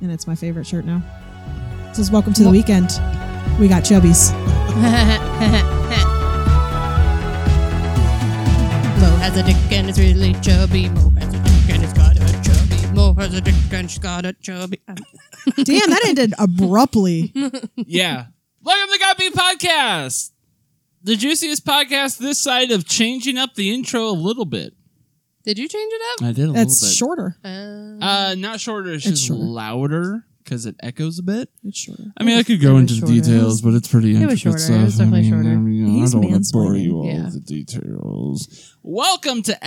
and it's my favorite shirt now. It says, Welcome to the weekend. We got chubbies. Mo has a dick and it's really chubby. Mo has a dick and it's got a chubby. Mo has a dick and she's got a chubby. Um, Damn, that ended abruptly. Yeah. Welcome to Got Beat Podcast, the juiciest podcast this side of changing up the intro a little bit. Did you change it up? I did a That's little bit. shorter. Uh, Uh, not shorter. It's, It's just shorter. louder because it echoes a bit. It's shorter. I mean, I could go was into the shorter. details, but it's pretty was intricate shorter. It stuff. was definitely I mean, I, shorter. mean, I He's don't want to bore mansplaining. you all Yeah. with the details. Welcome to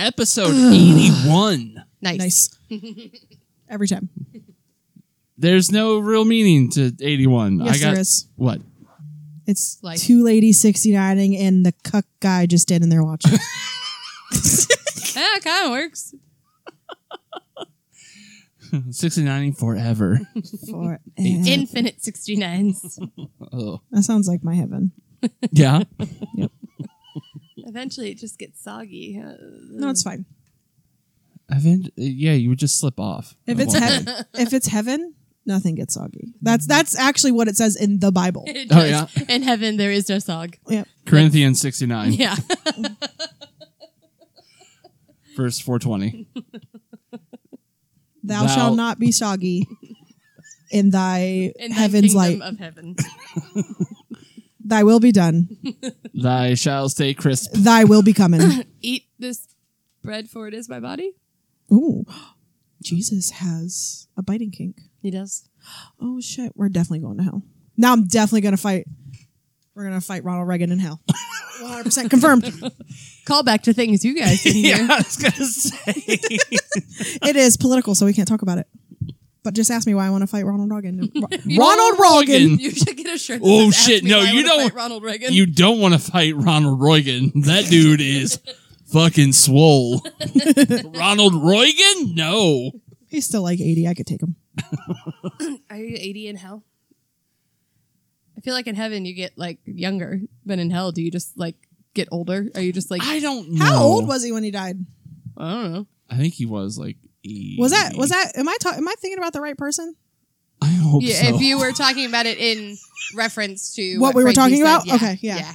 episode eighty-one. nice. Nice. Every time. There's no real meaning to eighty-one. Yes, I got there is. what? It's Like- two ladies 69ing and the cuck guy just standing there watching. That kind of Ah, works. Sixty-nine forever. For Infinite 69s. oh, that sounds like my heaven. yeah. Eventually it just gets soggy. Uh, No, it's fine. Event- yeah, you would just slip off. If at it's one heaven, point. if it's heaven, nothing gets soggy. That's that's actually what it says in the Bible. it Oh, does. In heaven there is no sog. Yep. Corinthians 69, Yeah. verse 420. Thou, Thou- shalt not be soggy in thy In the heaven's light. kingdom of heaven. thy will be done. Thy shall stay crisp. Thy will be coming. Eat this bread for it is my body. Ooh. Jesus has a biting kink. He does. Oh shit, we're definitely going to hell. Now I'm definitely gonna fight. We're gonna fight Ronald Reagan in hell. 100 percent confirmed. Call back to things you guys didn't hear. I was going to say. It is political, so we can't talk about it. But just ask me why I want to fight Ronald Reagan. Ronald Ronald Reagan. You should get a shirt. that Oh, says, "Ask shit, me no, why I you wanna don't- fight Ronald Reagan. you don't want to fight Ronald Reagan. That dude is fucking swole. Ronald Reagan? No. He's still like 80. I could take him. Are you 80 in hell? I feel like in heaven you get like younger, but in hell do you just like get older? Are you just like I I, don't know. How old was he when he died? don't know. I think he was like 80. Was that was that am I ta- am I thinking about the right person? I hope Yeah, so. if you were talking about it in reference to What what, we were Frankie talking said, about? yeah, Okay, yeah, yeah.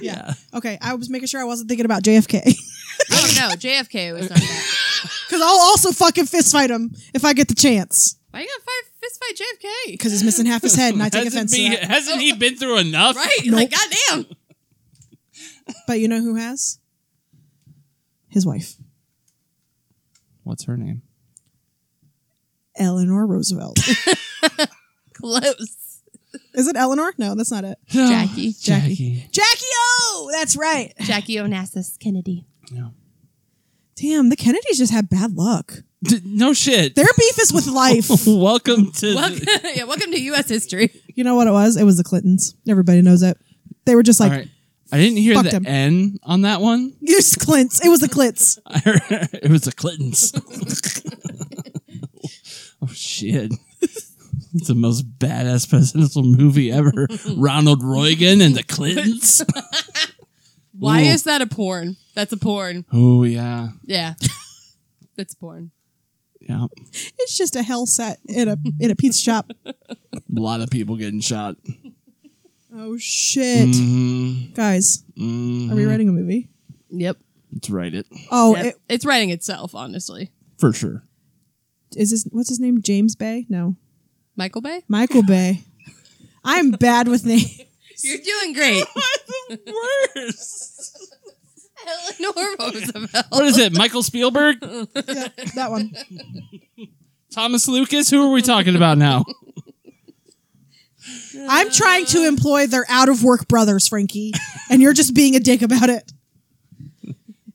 yeah. Okay, I was making sure I wasn't thinking about JFK because Oh no, JFK was not that. I'll also fucking fist fight him if I get the chance Why you gonna fight fist fight JFK? because he's missing half his head and I take Hasn't, offense be, to that. hasn't he been through enough? Right? Like goddamn. But you know who has? His wife, What's her name? Eleanor Roosevelt. Close. Is it Eleanor? No, that's not it. Jackie. Jackie. Jackie O. That's right. Jackie Onassis Kennedy. No. Damn, the Kennedys just had bad luck. D- no shit. Their beef is with life. Welcome to Welcome, yeah, welcome to US history. you know what it was? It was the Clintons. Everybody knows it. They were just like, All right. I didn't hear fuck the them. N on that one. "Yes, Clints." It was the Clints. it was the Clintons. oh shit. It's the most badass presidential movie ever. Ronald Reagan and the Clintons. Why Ooh. is that a porn? That's a porn. Oh yeah. Yeah. That's porn. Yeah. It's just a hell set in a in a pizza shop. A lot of people getting shot. Oh shit, Mhm. guys, Mhm. are we writing a movie? Yep. Let's write it. Oh, Yep. it's writing itself, honestly. For sure. it, is this what's his name? James Bay? No, Michael Bay? Michael Bay. I'm bad with names. You're doing great. Worse. Eleanor Roosevelt. What is it? Michael Spielberg? Yeah, that one. Thomas Lucas? Who are we talking about now? I'm trying to employ their out of work brothers, Frankie, and you're just being a dick about it.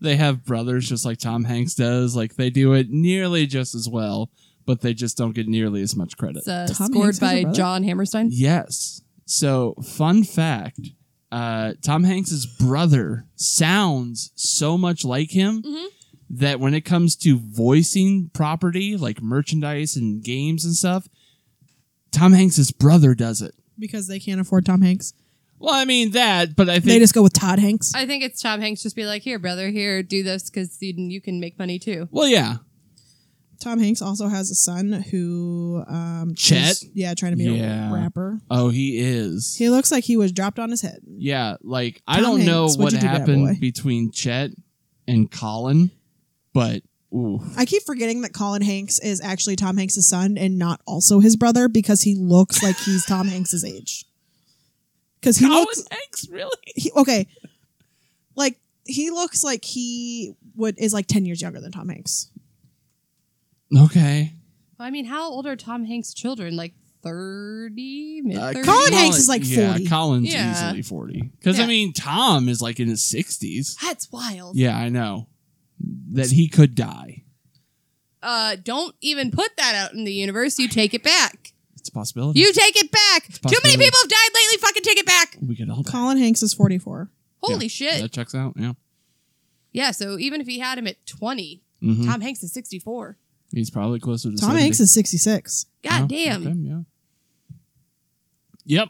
they have brothers just like Tom Hanks does. Like they do it nearly just as well, but they just don't get nearly as much credit. It's uh, Tom scored Hanks has a by brother? John Hammerstein. yes. So, fun fact uh, Tom Hanks's brother sounds so much like him Mm-hmm. Mhm. that when it comes to voicing property, like merchandise and games and stuff, Tom Hanks's brother does it. Because they can't afford Tom Hanks. Well, I mean that, but I think They just go with Todd Hanks. I think it's Tom Hanks just be like, here, brother, here, do this because you, you can make money too. Well, yeah. Tom Hanks also has a son who um Chet? is- yeah, trying to be Yeah. a rapper. Oh, he is. He looks like he was dropped on his head. yeah, like I Tom don't know Hanks, what what'd you do to that boy? happened between Chet and Colin, but ooh, I keep forgetting that Colin Hanks is actually Tom Hanks' son and not also his brother because he looks like he's Tom Hanks' age. Because he looks Hanks really? he, okay, like he looks like he would is like ten years younger than Tom Hanks. Okay, Uh, I mean, how old are Tom Hanks' children? Like 30? Mid 30? Uh, Colin Hanks is like yeah, 40. Colin's Yeah. easily forty. Because I Yeah. mean, Tom is like in his sixties. That's wild. Yeah, I know that he could die. Uh, don't even put that out in the universe. You take it back. It's a possibility. You take it back. a Too many possibility. people have died lately. Fucking take it back. we could all die. Colin Hanks is forty four. Holy Yeah, shit. That checks out. Yeah, yeah, so even if he had him at 20, Mhm. Tom Hanks is 64. he's probably closer to. Tom 70. Hanks is sixty six. God Oh, damn. okay, yeah. Yep.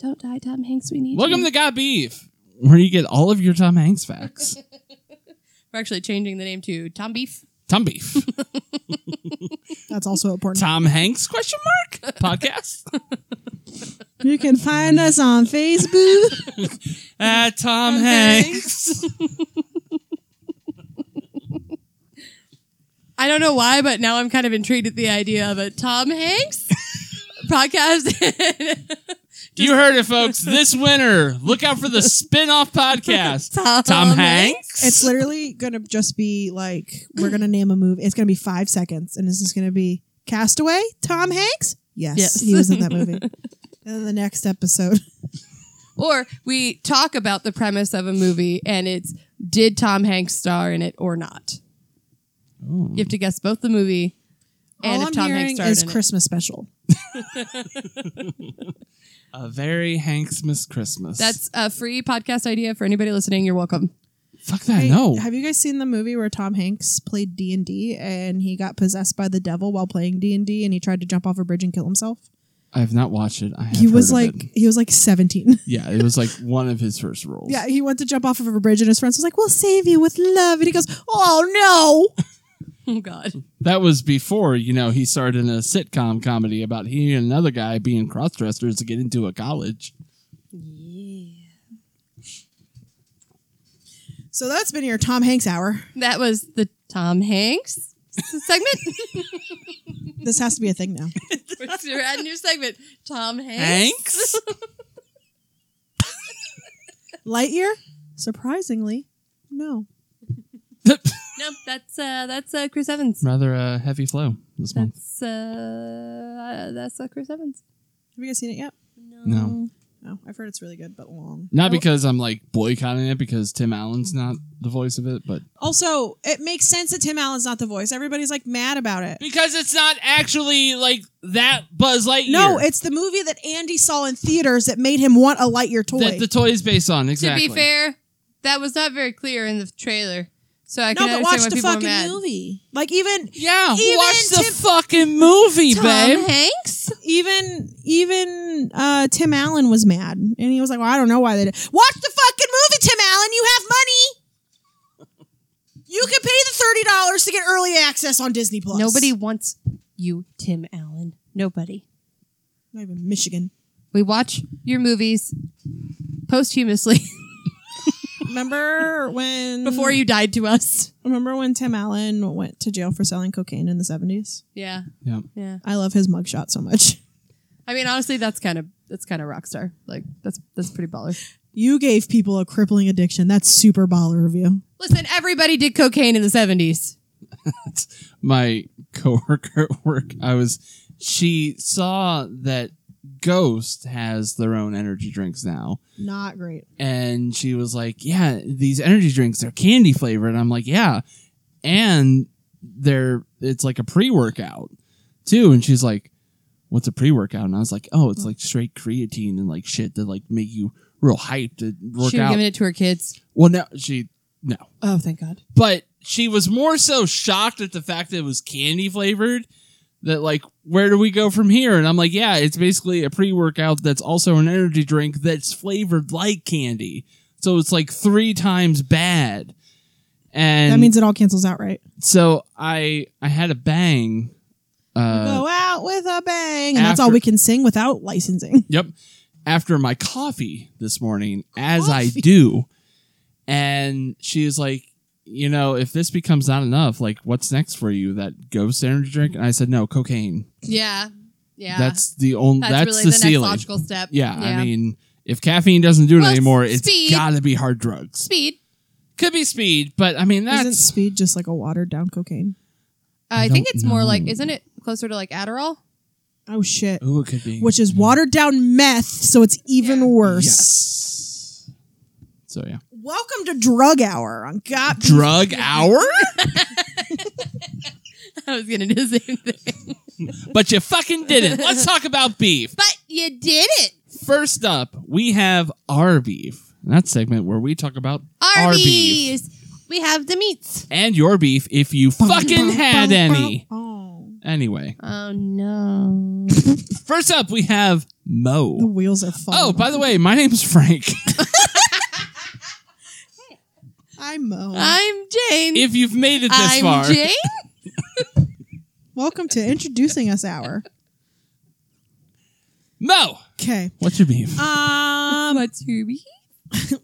Don't die, Tom Hanks. We need Welcome you. to Got Beef, where you get all of your Tom Hanks facts. We're actually changing the name to Tom Beef. Tom Beef. That's also important. Tom Hanks question mark podcast. You can find us on Facebook. Ah, Tom Hanks. I don't know why, but now I'm kind of intrigued at the idea of a Tom Hanks podcast. you heard it, folks. This winter, look out for the spin-off podcast. Tom Hanks. It's literally gonna just be like we're gonna name a movie. It's gonna be five seconds, and this is gonna be Castaway. Tom Hanks. Yes, Yes. he was in that movie. and then the next episode, or we talk about the premise of a movie and it's did Tom Hanks star in it or not? You have to guess both the movie and all if I'm Tom Hanks hearing starred is in Christmas special. a very Hanksmas Christmas. it. That's a free podcast idea for anybody listening. You're welcome. fuck that. Hey, no, Have you guys seen the movie where Tom Hanks played D and D and he got possessed by the devil while playing D and D and he tried to jump off a bridge and kill himself? I have not watched it. I have he was heard of like it. he was like seventeen. yeah, it was like one of his first roles. yeah, he went to jump off of a bridge and his friends was like, "We'll save you with love," and he goes, "Oh no." Oh God. that was before you know he started in a sitcom comedy about he and another guy being cross dressers to get into a college. So that's been your Tom Hanks hour. That was the Tom Hanks segment. This has to be a thing now. We're adding your segment. Tom Hanks. Hanks. Lightyear? Surprisingly, no. No, that's uh, that's uh, Chris Evans. Rather a heavy flow this month. That's uh, that's uh, Chris Evans. Have you guys seen it yet? No. No. I've heard it's really good, but long. Not because I'm like boycotting it because Tim Allen's not the voice of it, but Also, it makes sense that Tim Allen's not the voice. Everybody's like mad about it. because it's not actually like that Buzz Lightyear. No, it's the movie that Andy saw in theaters that made him want a Lightyear toy. that the toy is based on. Exactly. To be fair, that was not very clear in the trailer, so I no, can but understand watch why the people are fucking mad. movie. Like even yeah, Even watch the Tim- fucking movie, Tom babe. Hanks. even even uh, Tim Allen was mad, and he was like, "Well, I don't know why they did." Watch the fucking movie, Tim Allen. You have money. You can pay the thirty dollars to get early access on Disney Plus. Nobody wants you, Tim Allen. Nobody. not even Michigan. We watch your movies posthumously Remember when before you died to us. remember when Tim Allen went to jail for selling cocaine in the seventies? Yeah, Yeah. yeah. I love his mugshot so much. I mean, honestly, that's kind of that's kind of rock star. Like that's that's pretty baller. You gave people a crippling addiction. That's super baller of you. Listen, everybody did cocaine in the seventies. my coworker at work, I was she saw that Ghost has their own energy drinks now. Not great. And she was like, Yeah, these energy drinks, they're candy flavored. And I'm like, Yeah. And they're it's like a pre workout too. And she's like, What's a pre workout? And I was like, Oh, it's like straight creatine and like shit that like make you real hyped to work She was out. giving it to her kids. well no she no Oh, thank God. but she was more so shocked at the fact that it was candy flavored that like where do we go from here and i'm like yeah it's basically a pre-workout that's also an energy drink that's flavored like candy so it's like three times bad And that means it all cancels out, right? so I I had a bang. Uh, Go out with a bang, and that's all after- we can sing without licensing. Yep. After my coffee this morning, as I Coffee. do. And she is like, you know, if this becomes not enough, like, what's next for you? That ghost energy drink? And I said, no, cocaine. Yeah. Yeah. That's the only, that's, That's really the, the, next ceiling. logical step. Yeah, I mean, if caffeine doesn't do it Well, anymore, it's speed. gotta be hard drugs. speed. Could be speed, but I mean, Isn't that's speed just like a watered down cocaine? I, I think don't it's more like, know. isn't it closer to like Adderall? Oh shit! ooh, it could be Which is watered down meth, so it's even Yeah. worse. Yes. So yeah, Welcome to Drug Hour on God. drug hour, I was gonna do the same thing, but you fucking didn't. Let's talk about beef. but you did it. First up, we have our beef. That segment where we talk about our beef Arby's. We have the meats. and your beef if you fucking had any. Oh, Anyway, Oh no. first up we have the Mo. wheels are falling. Oh, by off. the way, my name's Frank. I'm Mo. I'm Jane. if you've made it this I'm far, Jane. Welcome to introducing us hour. Mo, Okay. what's your beef? Um, What's your beef?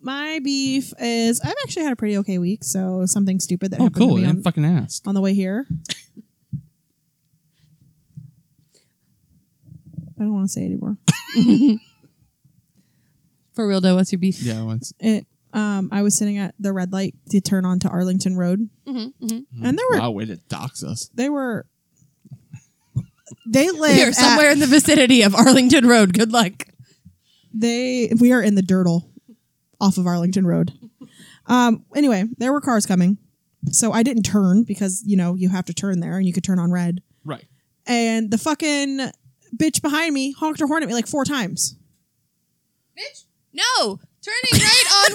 my beef is I've actually had a pretty okay week, so something stupid that oh, happened cool. to I me didn't on, fucking asked. on the way here. I don't want to say it anymore. For real though, what's your beef? Yeah, once. It. Um, I was sitting at the red light to turn onto Arlington Road, Mm-hmm, mm-hmm. and there were Wow, way to dox us. they were they live We are at- somewhere in the vicinity of Arlington Road. Good luck. they we are in the dirtle off of Arlington Road. Um anyway, there were cars coming. So I didn't turn because, you know, you have to turn there and you could turn on red. Right. And the fucking bitch behind me honked her horn at me like four times. Bitch, no. Turning right on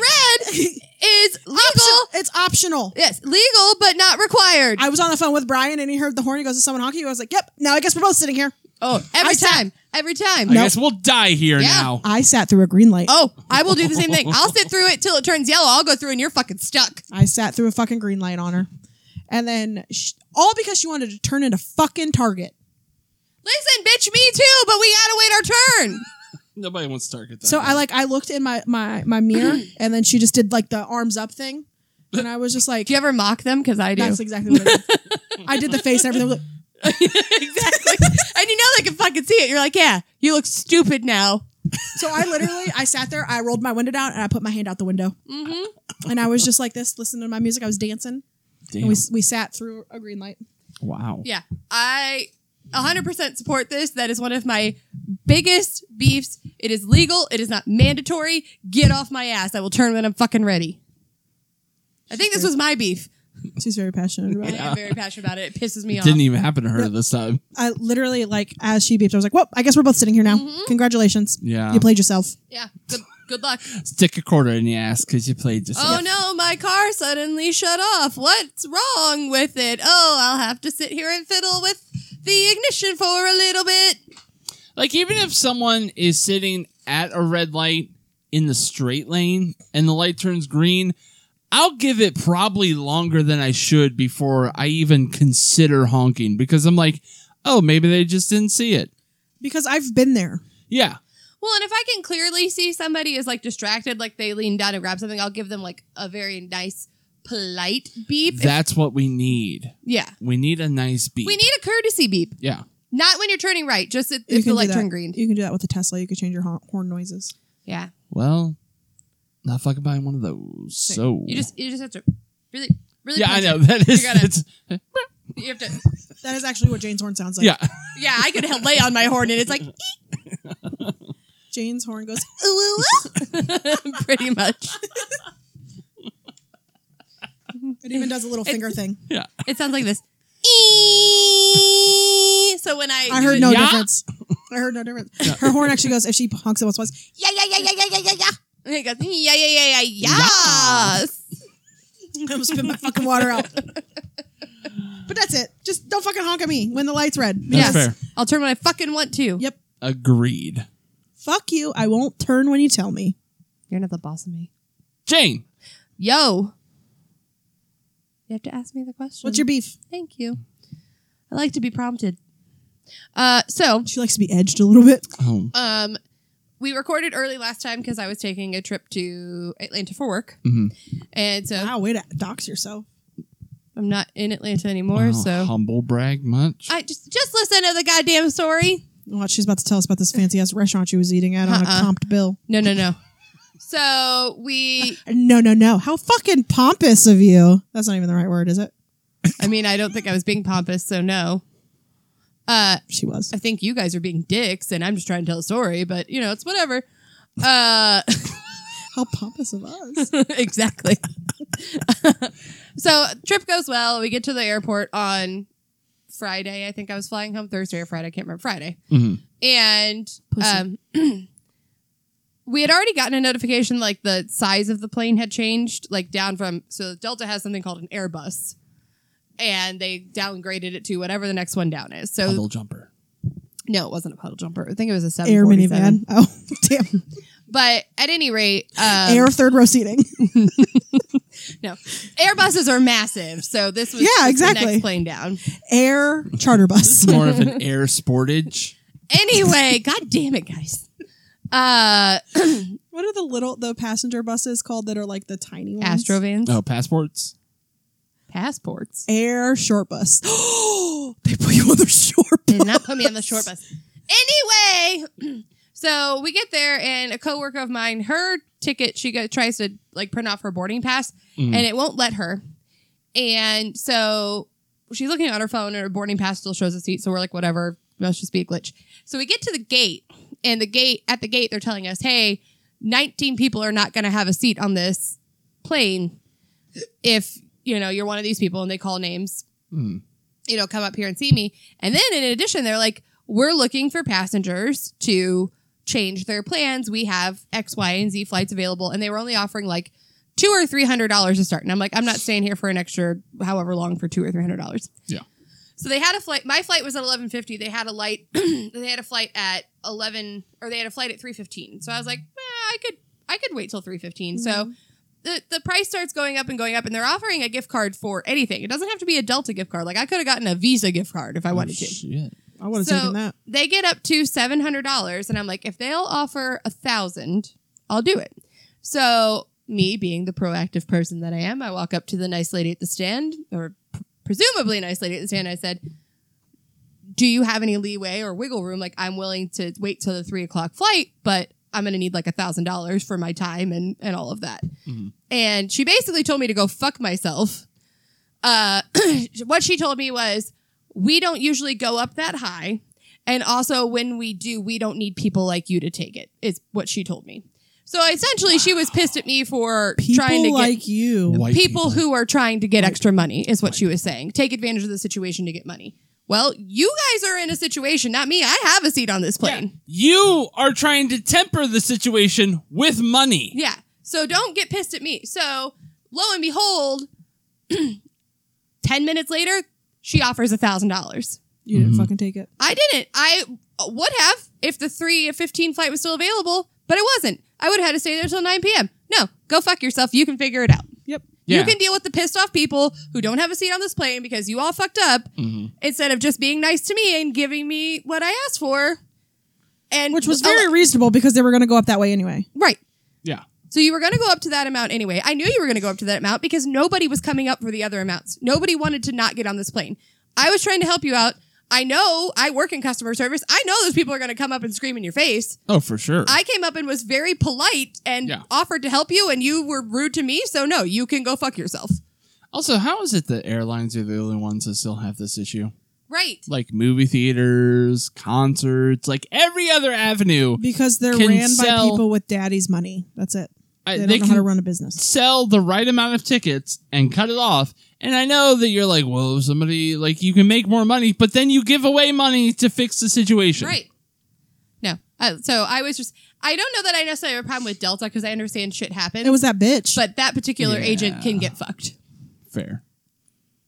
red is legal. It's optional. Yes, legal but not required. I was on the phone with Brian and he heard the horn. He goes, Is someone honking you? I was like, Yep, now I guess we're both sitting here. oh, every I said- time. every time. I guess we'll die here Yeah. now. I sat through a green light. Oh, I will do the same thing. I'll sit through it till it turns yellow. I'll go through and you're fucking stuck. I sat through a fucking green light on her. And then sh all because she wanted to turn into fucking Target. Listen, bitch, me too, but we gotta wait our turn. Nobody wants to target that. So I like I looked in my my my mirror and then she just did like the arms up thing, and I was just like, Do you ever mock them? Because I do. that's exactly what I did. I did the face and everything. exactly. and you know they can fucking see it. You're like, yeah, you look stupid now. So I literally I sat there, I rolled my window down, and I put my hand out the window, Mm-hmm. and I was just like this, listening to my music. I was dancing, Damn. and we we sat through a green light. wow. Yeah, I 100% support this. That is one of my biggest beefs. It is legal. It is not mandatory. Get off my ass. I will turn when I'm fucking ready. I think this was my beef. She's very passionate about it. I am very passionate about it. It pisses me It off. didn't even happen to her this time. I literally like as she beeped, I was like, well, I guess we're both sitting here now. Congratulations, Yeah. you played yourself. yeah. Good, good luck. Stick a quarter in your ass because you played just. Oh no, my car suddenly shut off. What's wrong with it? Oh, I'll have to sit here and fiddle with the ignition for a little bit. Like even if someone is sitting at a red light in the straight lane and the light turns green, I'll give it probably longer than I should before I even consider honking because I'm like, oh, maybe they just didn't see it. Because I've been there. Yeah. Well, and if I can clearly see somebody is like distracted, like they lean down and grab something, I'll give them like a very nice, polite beep. That's what we need. yeah. We need a nice beat. We need a courtesy beep. Yeah. Not when you're turning right, just if, You if the do light that. turned green. You can do that with the Tesla. You could change your hor- horn noises. Yeah. Well, not fucking buying one of those. So You just you just have to really really yeah, I punch know it. that is. gotta- it's, You have to That is actually what Jane's horn sounds like. yeah. Yeah, I could lay on my horn and it's like Jane's horn goes. pretty much. It even does a little finger thing. It sounds like this. Eeeeee. So when I, I heard no Yeah. difference. I heard no difference. Her horn actually goes if she honks it once twice. yeah yeah yeah yeah yeah yeah yeah yeah. And it goes yeah yeah yeah yeah yes. I'm gonna spit my fucking water out. But that's it. Just don't fucking honk at me when the light's red. That's Yes. fair. I'll turn when I fucking want to. Yep. Agreed. Fuck you. I won't turn when you tell me. You're not the boss of me. Jane, Yo, You have to ask me the question. What's your beef? Thank you. I like to be prompted. Uh, so She likes to be edged a little bit. Oh, um, we recorded early last time because I was taking a trip to Atlanta for work, Mhm. and so Wow, Ah, way to dox yourself. I'm not in Atlanta anymore. wow, so Oh, humble brag much. I just just listen to the goddamn story. Watch, she's about to tell us about this fancy ass restaurant she was eating at on a Uh-uh. comped bill. No, no, no. so we, No, no, no. How fucking pompous of you. That's not even the right word, is it? I mean, I don't think I was being pompous, so no. Uh, She was. I think you guys are being dicks, and I'm just trying to tell a story, but you know, it's whatever. Uh, How pompous of us. exactly. so trip goes well. We get to the airport on Friday. I think I was flying home Thursday or Friday. I can't remember. Friday. Mhm. And Pussy. um, we had already gotten a notification like the size of the plane had changed, like down from so Delta has something called an Airbus. And they downgraded it to whatever the next one down is. So Puddle jumper. no, it wasn't a puddle jumper. I think it was a seven. Air minivan. Oh, damn. But at any rate, um, Air third row seating. No, Airbuses are massive, so this was Yeah, this was exactly. the next plane down. Air charter bus. More of an air sportage. Anyway, god damn it, guys. Uh, What are the little the passenger buses called that are like the tiny ones? Astrovans, Oh, passports. passports, Air short bus. they put you on the short did bus. not put me on the short bus. Anyway, so we get there, and a coworker of mine, her ticket, she go, tries to like print off her boarding pass, Mhm. and it won't let her. And so she's looking on her phone, and her boarding pass still shows a seat. So we're like, whatever, must just be a glitch. So we get to the gate, and the gate at the gate, they're telling us, hey, 19 people are not going to have a seat on this plane if you know you're one of these people, and they call names. Hmm. You know, come up here and see me. And then in addition, they're like, we're looking for passengers to change their plans. We have X, Y, and Z flights available, and they were only offering like two or three hundred dollars to start. And I'm like, I'm not staying here for an extra however long for two or three hundred dollars. Yeah. So they had a flight. My flight was at eleven fifty. They had a light. they had a flight at eleven, or they had a flight at three fifteen. So I was like, eh, I could, I could wait till three So the the price starts going up and going up, and they're offering a gift card for anything. It doesn't have to be a Delta gift card. Like I could have gotten a Visa gift card if I wanted to Oh, Shit. I would have So- taken that. they get up to seven hundred dollars, and I'm like, if they'll offer a thousand, I'll do it. So me being the proactive person that I am, I walk up to the nice lady at the stand, or p- presumably nice lady at the stand. I said, "Do you have any leeway or wiggle room? Like, I'm willing to wait till the three o'clock flight, but I'm going to need like a thousand dollars for my time and and all of that." Mhm. And she basically told me to go fuck myself. Uh, what she told me was, "We don't usually go up that high." And also, when we do, we don't need people like you to take it, is what she told me. So essentially, she was pissed at me for People trying to like get you. White people, who are trying to get extra money, is what she was saying. Take advantage of the situation to get money. Well, you guys are in a situation, not me. I have a seat on this plane. You are trying to temper the situation with money. Yeah. So don't get pissed at me. So lo and behold, 10 minutes later, she offers $1,000. You didn't Mhm. fucking take it. I didn't. I would have if the 3 15 flight was still available, but it wasn't. I would have had to stay there till 9 p.m. No, go fuck yourself. You can figure it out. Yep. Yeah. You can deal with the pissed off people who don't have a seat on this plane because you all fucked up Mhm. instead of just being nice to me and giving me what I asked for. And Which was Oh, very reasonable because they were going to go up that way anyway. right. Yeah. So you were going to go up to that amount anyway. I knew you were going to go up to that amount because nobody was coming up for the other amounts. Nobody wanted to not get on this plane. I was trying to help you out. I know I work in customer service. I know those people are going to come up and scream in your face. Oh, for sure. I came up and was very polite and Yeah. offered to help you, and you were rude to me. So no, you can go fuck yourself. also, how is it that airlines are the only ones that still have this issue? Right. Like movie theaters, concerts, like every other avenue, Because they're Can ran by sell- people with daddy's money. That's it. I- They don't they know how to can run a business. sell the right amount of tickets and cut it off. And I know that you're like, well, if somebody like you can make more money, but then you give away money to fix the situation. Right. No. Uh, so I was just. I don't know that I necessarily have a problem with Delta because I understand shit happens. It was that bitch. but that particular Yeah. agent can get fucked. Fair.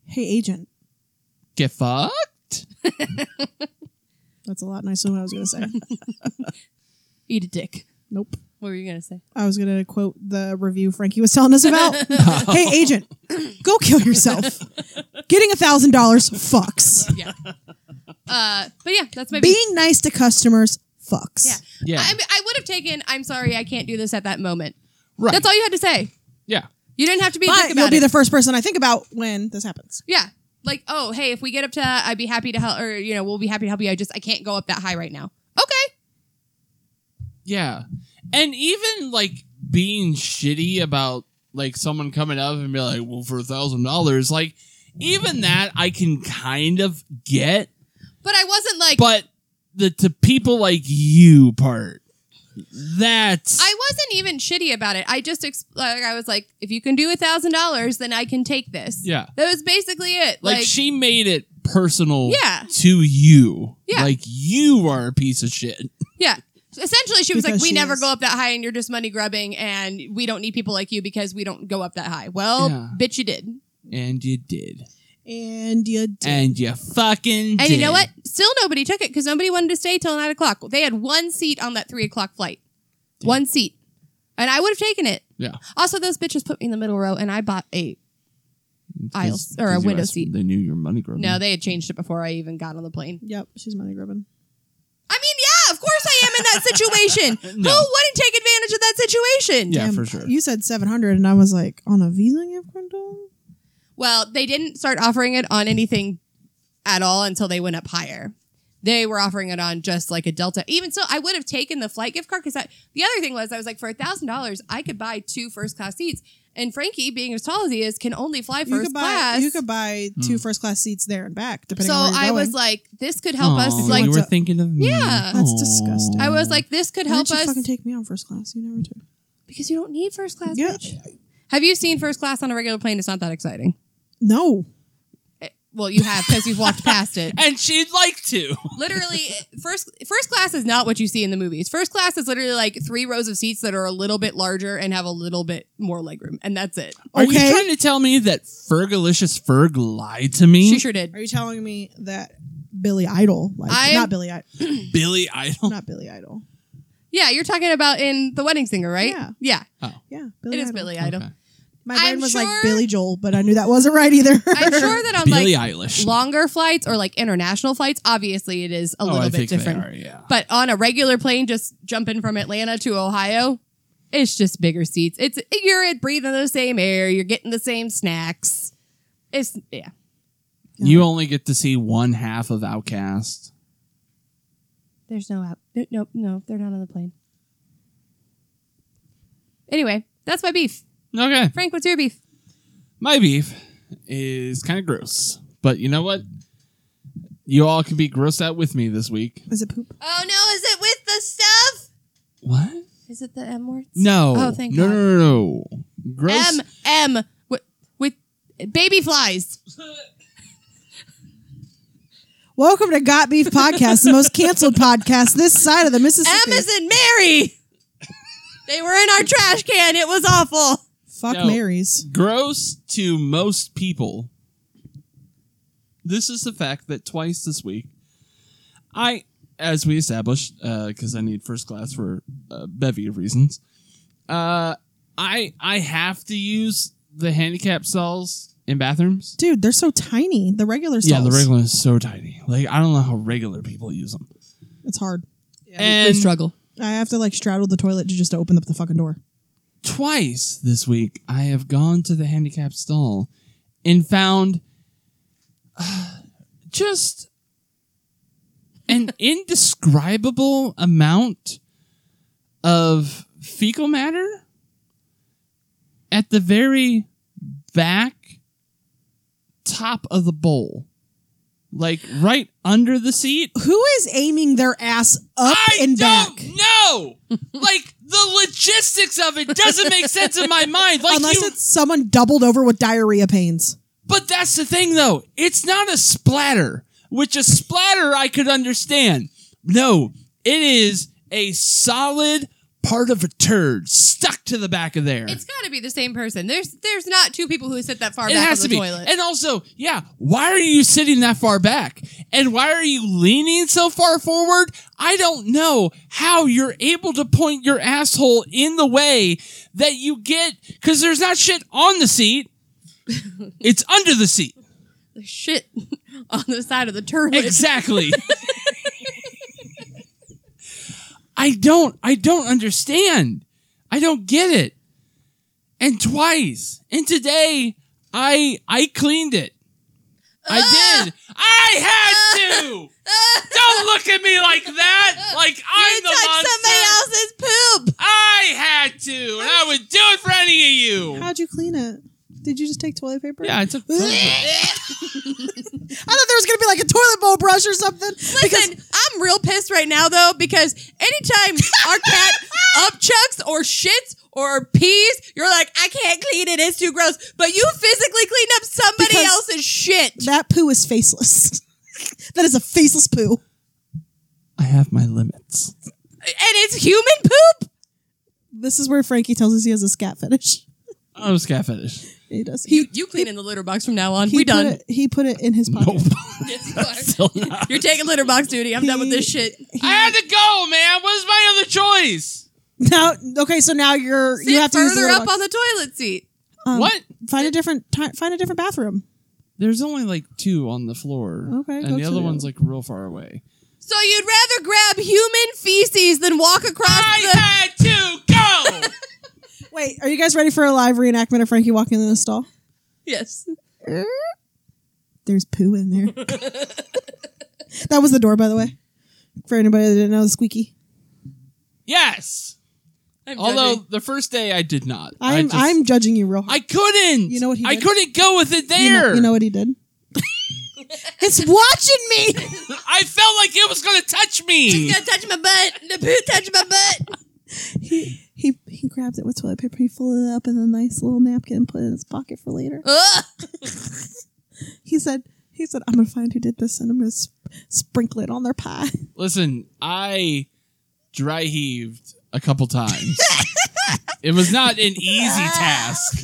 hey, agent. Get fucked. That's a lot nicer than what I was going to say. Eat a dick. nope. What were you gonna say? I was going to quote the review Frankie was telling us about. hey, agent, go kill yourself. Getting a $1,000 fucks. Yeah. uh, but yeah, that's my beef. Being nice to customers fucks. Yeah. Yeah. I, mean, I would have taken. I'm sorry, I can't do this at that moment. right. That's all you had to say. yeah. You didn't have to be. a dick But about you'll be it. the first person I think about when this happens. Yeah. Like, oh, hey, if we get up to that, I'd be happy to help, or, you know, we'll be happy to help you. I just, I can't go up that high right now. Okay. Yeah. And even like being shitty about like someone coming up and be like, well, for a thousand dollars, like even that I can kind of get, But I wasn't like, but the to people like you part, that's I wasn't even shitty about it. I just, ex- like, I was like, if you can do a thousand dollars, then I can take this. yeah. That was basically it. Like, Like, she made it personal Yeah. to you. Yeah. Like you are a piece of shit. yeah. Essentially, she was Because like, we she never is. go up that high and you're just money grubbing and we don't need people like you because we don't go up that high. Well, Yeah. bitch, you did. And you did. And you did. And you fucking And you know what? Still nobody took it because nobody wanted to stay till nine o'clock. They had one seat on that three o'clock flight. One seat. And I would have taken it. Yeah. Also, those bitches put me in the middle row and I bought a aisle s- or a Because you window asked- seat. They knew your money growing. No, they had changed it before I even got on the plane. yep, she's money grubbing. I mean, yeah, of course I am in that situation. No. Who wouldn't take advantage of that situation? Yeah, Damn, for sure. You said 700 and I was like, on a visa you have condom? Well, they didn't start offering it on anything at all until they went up higher. They were offering it on just like a Delta. Even so, I would have taken the flight gift card because the other thing was I was like, for a thousand dollars, I could buy two first class seats. And Frankie, being as tall as he is, can only fly first you could buy class. you could buy Hmm. two first class seats there and back depending so on where you're I going. was like, this could help us. Aw, Like, Oh, you were What's up? thinking of me. Yeah. That's Aw. disgusting. I was like, this could Why help didn't you us fucking take me on first class? You never took. because you don't need first class. Yeah. bitch. Have you seen first class on a regular plane? It's not that exciting. No. Well, you have because you've walked past it. and she'd like to. literally first first class is not what you see in the movies. First class is literally like three rows of seats that are a little bit larger and have a little bit more legroom, and that's it. Are you Okay. trying to tell me that Fergalicious Ferg lied to me? She sure did. Are you telling me that Billy Idol? Like I- not Billy Idol. Billy Oh. Idol. Not Billy Idol. Yeah, you're talking about in The Wedding Singer, right? Yeah. Yeah, Yeah, Billy it Idol. is Billy Idol. Okay. My brain I'm was sure- like Billy Joel, but I knew that wasn't right either. I'm sure that on Billie like Eilish. longer flights or like international flights, obviously it is a oh, little I bit think different. They are, yeah. But on a regular plane, just jumping from Atlanta to Ohio, it's just bigger seats. It's you're breathing the same air, you're getting the same snacks. It's Yeah. yeah. You only get to see one half of Outcast. There's no app. No, no, no, they're not on the plane. Anyway, that's my beef. Okay. Frank, what's your beef? My beef is kind of gross. But you know what? You all can be grossed out with me this week. Is it poop? Oh no, is it with the stuff? What? Is it the M words? No. Oh, thank no, God. No, no, no. Gross. M M with, with baby flies. Welcome to Got Beef Podcast, the most canceled podcast this side of the Mississippi. M is in Mary. they were in our trash can. It was awful. Fuck No. Marys. gross to most people. This is the fact that twice this week, I, as we established, because I need first class for a bevy of reasons, uh, I I have to use the handicap cells in bathrooms. Dude, they're so tiny. The regular Yeah, stalls. the regular is so tiny. Like I don't know how regular people use them. It's hard. and struggle. I have to like straddle the toilet to just open up the fucking door. twice this week I have gone to the handicap stall and found uh, just an indescribable amount of fecal matter at the very back top of the bowl. Like right under the seat. Who is aiming their ass up I and don't back? know. like the logistics of it doesn't make sense in my mind. Like Unless you, it's someone doubled over with diarrhea pains. But that's the thing, though. It's not a splatter, which a splatter I could understand. No, it is a solid part of a turd stuck to the back of there. It's got to be the same person. There's there's not two people who sit that far it back has on to the be. toilet. And also, yeah, why are you sitting that far back? And why are you leaning so far forward? I don't know how you're able to point your asshole in the way that you get because there's not shit on the seat. it's under the seat. the shit on the side of the turlet. Exactly. I don't I don't understand. I don't get it. And twice. And today I I cleaned it. Ah! I did. I had to. Ah, don't look at me like that. Like I'm You the touched monster. somebody else's poop. I had to. And I would do it for any of you. How'd you clean it? Did you just take toilet paper? Yeah, I took I thought there was gonna be like a toilet bowl brush or something. Listen, I'm real pissed right now though because anytime our cat upchucks or shits or pees, you're like, I can't clean it. It's too gross. But you physically cleaned up somebody Because- else's shit. that poo is faceless. that is a faceless poo. I have my limits. and it's human poop. This is where Frankie tells us he has a scat fetish. I'm scat fetish. He does. You you clean in the litter box from now on. he we put done. It, he put it in his pocket. Nope. Yes, you are. Still not. You're taking litter box duty. I'm done with this He- shit. I had to go, man. What is my other choice? Now, okay, so now you're you Sit have to use the further litter up box. on the toilet seat. Um, What? Find a different ti- find a different bathroom. There's only like two on the floor. Okay, go And the to other the- one's like real far away. So you'd rather grab human feces than walk across the had to go. Wait, are you guys ready for a live reenactment of Frankie walking in the stall? Yes. There's poo in there. that was the door, by the way. For anybody that didn't know, the squeaky. yes. I'm Although judging. the first day I did not. I'm I, just- I'm judging you real hard. I couldn't. You know what he I did? couldn't go with it You know- there. You know, what he did? it's watching me. I felt like it was gonna touch me. It's gonna touch my butt. The poo touched my butt. He, he he grabs it with toilet paper, he folded it up in a nice little napkin and put it in his pocket for later. Ugh. He said he said, I'm gonna find who did this and I'm gonna sp- sprinkle it on their pie. Listen, I dry heaved a couple times. it was not an easy task.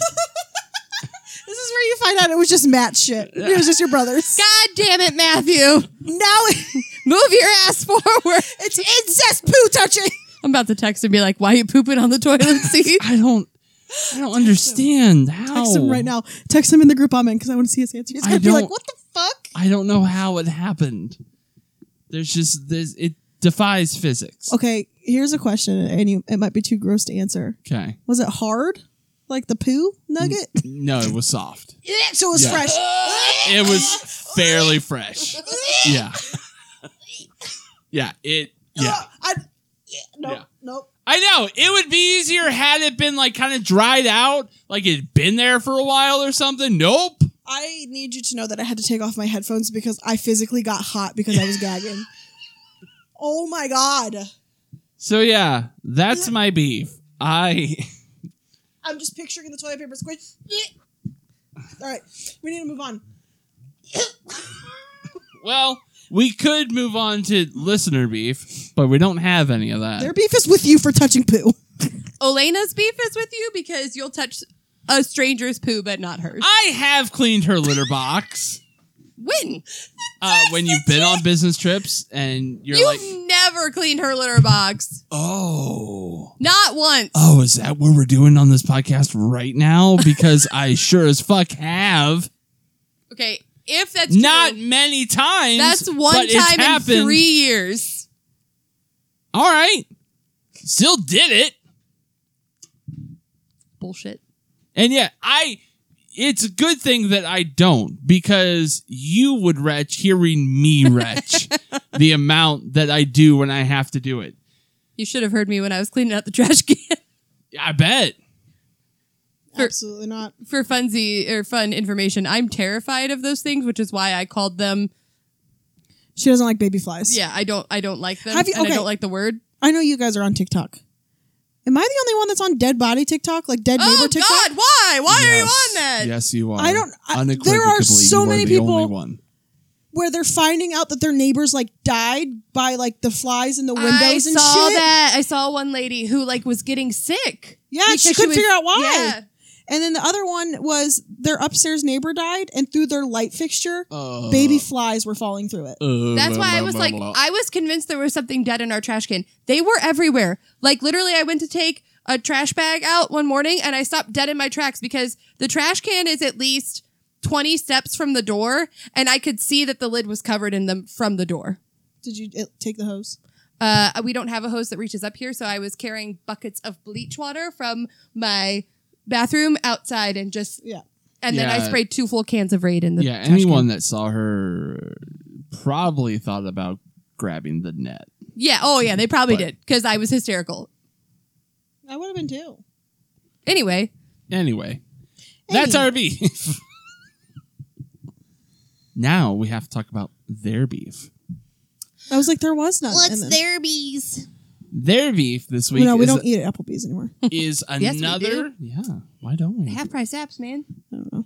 This is where you find out it was just Matt shit. It was just your brothers. God damn it, Matthew. Now it- Move your ass forward. it's incest poo touching. I'm about to text and be like, why you pooping on the toilet seat? I don't. I don't understand how. Text him right now. Text him in the group I'm in because I want to see his answer. He's Oh. I gonna be like, don't- "What the fuck?" I don't know how it happened. There's just there's it defies physics. Okay, here's a question, and you, it might be too gross to answer. Okay. Was it hard, like the poo nugget? No, it was soft. so it was Mm. Yeah. fresh. It was fairly fresh. Yeah. Yeah. It. Yeah. I, yeah, nope, Yeah. nope. I know. It would be easier had it been like kind of dried out, like it'd been there for a while or something. Nope. I need you to know that I had to take off my headphones because I physically got hot because I was gagging. Oh my god! So yeah, that's my beef. I. I'm just picturing the toilet paper squish. All right, we need to move on. Well, we could move on to listener beef, but we don't have any of that. Their beef is with you for touching poo. Olena's beef is with you because you'll touch a stranger's poo, but not hers. I have cleaned her litter box. When? uh, when you've been on business trips and you're You've like, never cleaned her litter box. oh, Not once. oh, is that what we're doing on this podcast right now? Because I sure as fuck have. Okay, if that's Not true, many times. that's one but it's time in happened. three years. All right. Still did it. Bullshit. And yeah, I. It's a good thing that I don't because you would retch hearing me retch the amount that I do when I have to do it. You should have heard me when I was cleaning out the trash can I bet. For- Absolutely not. for funsy or fun information. I'm terrified of those things, which is why I called them. She doesn't like baby flies. Yeah, I don't. I don't like them. Have you- and okay. I don't like the word. I know you guys are on TikTok. Am I the only one that's on dead body TikTok? Like dead Oh neighbor TikTok? God, why? Why are you on that? Yes, you are. I don't- I- there are so many people- one. where they're finding out that their neighbors like died by like the flies in the windows I and shit. saw that. I saw one lady who like was getting sick. Yeah, she because couldn't was- figure out why. Yeah. And then the other one was their upstairs neighbor died, and through their light fixture, Uh, baby flies were falling through it. uh, That's blah, why I blah, was blah, like, blah. I was convinced there was something dead in our trash can. They were everywhere. Like literally, I went to take a trash bag out one morning and I stopped dead in my tracks because the trash can is at least 20 steps from the door and I could see that the lid was covered in them from the door. Did you it, take the hose? Uh, we don't have a hose that reaches up here, so I was carrying buckets of bleach water from my bathroom outside and just Yeah. and then I Yeah. sprayed two full cans of Raid in the yeah, trash can. anyone that saw her probably thought about grabbing the net. Yeah, oh yeah, they probably But- did because I was hysterical. I would have been too. Anyway, Anyway, that's Anyway. our beef. now we have to talk about their beef. I was like, there was Oh, none. What's And then- their bees? Their beef this week no, we is, don't eat at Applebee's anymore. I is Yes, we another. yeah, why don't we? half price apps, man. don't know.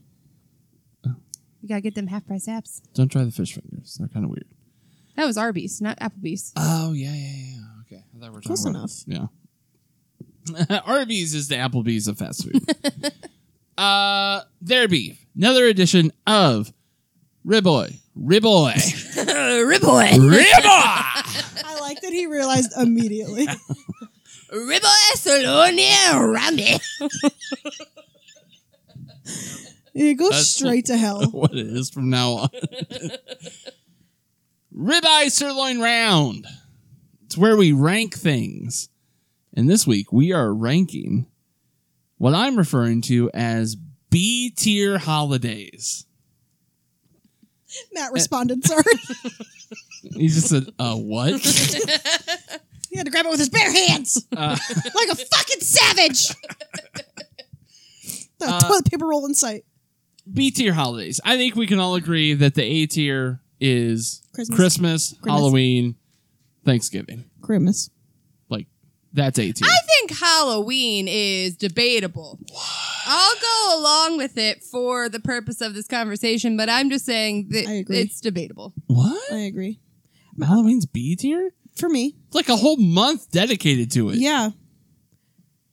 You gotta get them half price apps. Don't try the fish fingers; they're kind of weird. That was Arby's, not Applebee's. Oh yeah, yeah, yeah. Okay, I thought we were talking Close about- enough. Yeah. Arby's is the Applebee's of fast food. uh, their beef. Another edition of Riboy. Riboy. Ribboy, Riboy. I like that he realized immediately. Ribboy, Salonia, Randy. It goes That's- straight to hell. what it is from now on. Ribeye sirloin round. It's where we rank things. And this week we are ranking what I'm referring to as B tier holidays. Matt responded, sorry. He just said, uh, what? he had to grab it with his bare hands Uh, like a fucking savage. the Uh, toilet paper roll in sight. B tier holidays. I think we can all agree that the A tier is Christmas. Christmas, Christmas. Halloween, Thanksgiving. Grimace. Like, that's A tier. I think Halloween is debatable. I'll go along with it for the purpose of this conversation, but I'm just saying that I agree. it's debatable. I What? agree. Halloween's B tier? For me, It's like a whole month dedicated to it. yeah.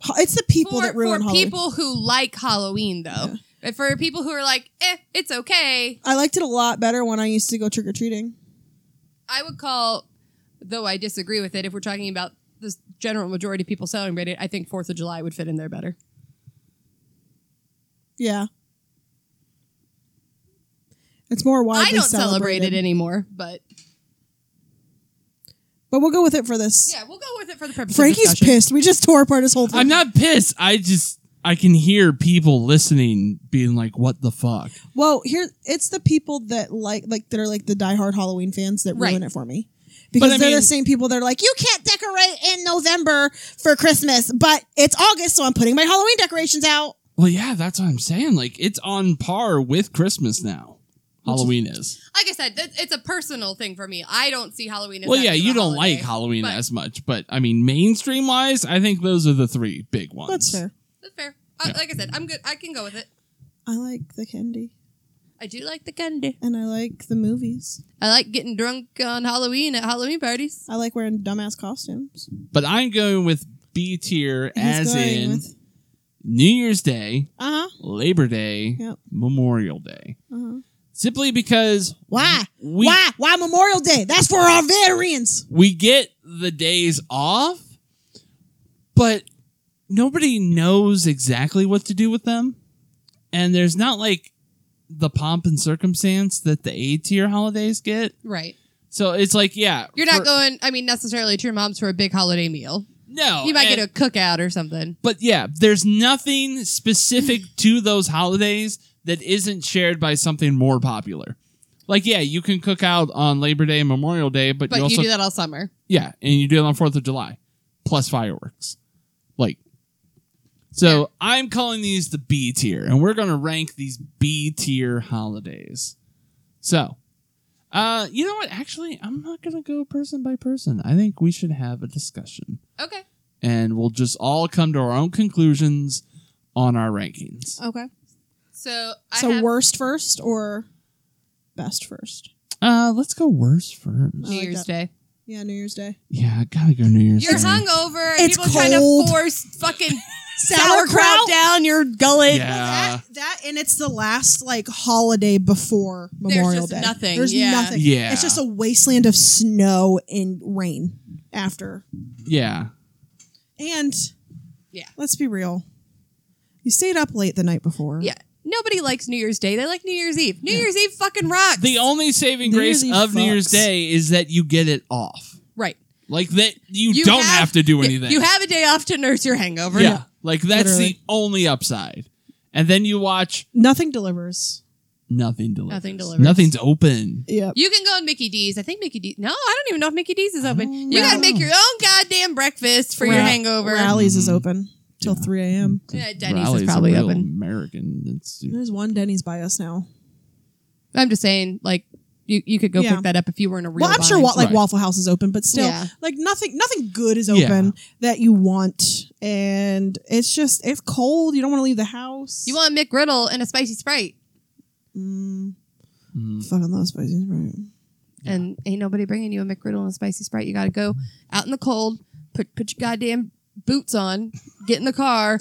Ho- It's the people for, that ruin for Halloween. people who like Halloween, though. But for people who are like, eh, it's okay, I liked it a lot better when I used to go trick or treating. I would call, though I disagree with it, if we're talking about the general majority of people celebrate it, I think 4th of July would fit in there better. Yeah. It's more widely I don't celebrated. celebrate it anymore, but But we'll go with it for this. yeah, we'll go with it for the purpose Frankie's of discussion. pissed. We just tore apart his whole thing. I'm not pissed. I just I can hear people listening being like, "What the fuck?" Well, here it's the people that like like that are like the diehard Halloween fans that ruin Right. it for me. Because I they're mean- the same people that are like, you can't decorate in November for Christmas, but it's August, so I'm putting my Halloween decorations out. Well, yeah, that's what I'm saying. Like it's on par with Christmas now. Halloween is. Like I said, that- it's a personal thing for me. I don't see Halloween as Well, that yeah, big of you a don't holiday, like Halloween but as much, but I mean, mainstream wise, I think those are the three big ones. That's fair. That's fair. Uh, Yeah. Like I said, I'm good. I can go with it. I like the candy. I do like the candy. And I like the movies. I like getting drunk on Halloween at Halloween parties. I like wearing dumbass costumes. But I'm going with B tier, He's as going in with- New Year's Day, Uh huh. Labor Day, Yep. Memorial Day, Uh-huh. simply because Why? we Why? Why Memorial Day? That's for our veterans. we get the days off, but nobody knows exactly what to do with them. And there's not like the pomp and circumstance that the A tier holidays get. Right. So it's like, yeah. You're not for- going. I mean, necessarily to your mom's for a big holiday meal. No. you might Oh, and- get a cookout or something. But yeah, there's nothing specific to those holidays that isn't shared by something more popular. Like, yeah, you can cook out on Labor Day and Memorial Day, but, But you you, also do that all summer. Yeah, and you do it on Fourth of July, plus fireworks. Like, so I'm calling these the B tier, and we're gonna rank these B tier holidays. So, uh, you know what? Actually, I'm not gonna go person by person. I think we should have a discussion, Okay. and we'll just all come to our own conclusions on our rankings. Okay. So I so have, worst first or best first? Uh, let's go worse first. New like Year's that. Day. Yeah, New Year's Day. Yeah, I gotta go New Year's. You're Day. hungover. And It's people trying to cold. force fucking Sauerkraut? sauerkraut down your gullet. Yeah. that, that and it's the last like holiday before Memorial just Day. nothing, There's yeah. nothing. Yeah. It's just a wasteland of snow and rain after. Yeah. And Yeah. let's be real. You stayed up late the night before. Yeah. Nobody likes New Year's Day. They like New Year's Eve. New Year's Eve fucking rocks. The only saving New grace Year's Eve of New Year's fucks. Day is that you get it off. right. Like that you, don't have, to do yeah, anything. You have a day off to nurse your hangover. yeah. Like that's the Literally. only upside. And then you watch Nothing delivers. nothing delivers. Nothing delivers. Nothing's open. Yep. You can go on Mickey D's. I think Mickey D's. No, I don't even know if Mickey D's is open. Oh. you got to make your own goddamn breakfast for your Ra- hangover. Rallies is Mhm. open till 3 a.m. Yeah, Denny's Raleigh's is a probably real open. American. It's- There's one Denny's by us now. I'm just saying, like, you, you could go Yeah. pick that up if you were in a real well, I'm sure bind. wa- like Right. Waffle House is open, but still, Yeah. like nothing, nothing good is Yeah. open that you want, and it's just it's cold. You don't want to leave the house. You want a McGriddle and a spicy Sprite. Mm, Mm. fucking love spicy right? Yeah. And ain't nobody bringing you a McGriddle and a spicy Sprite. You got to go out in the cold, put, put your goddamn boots on, get in the car,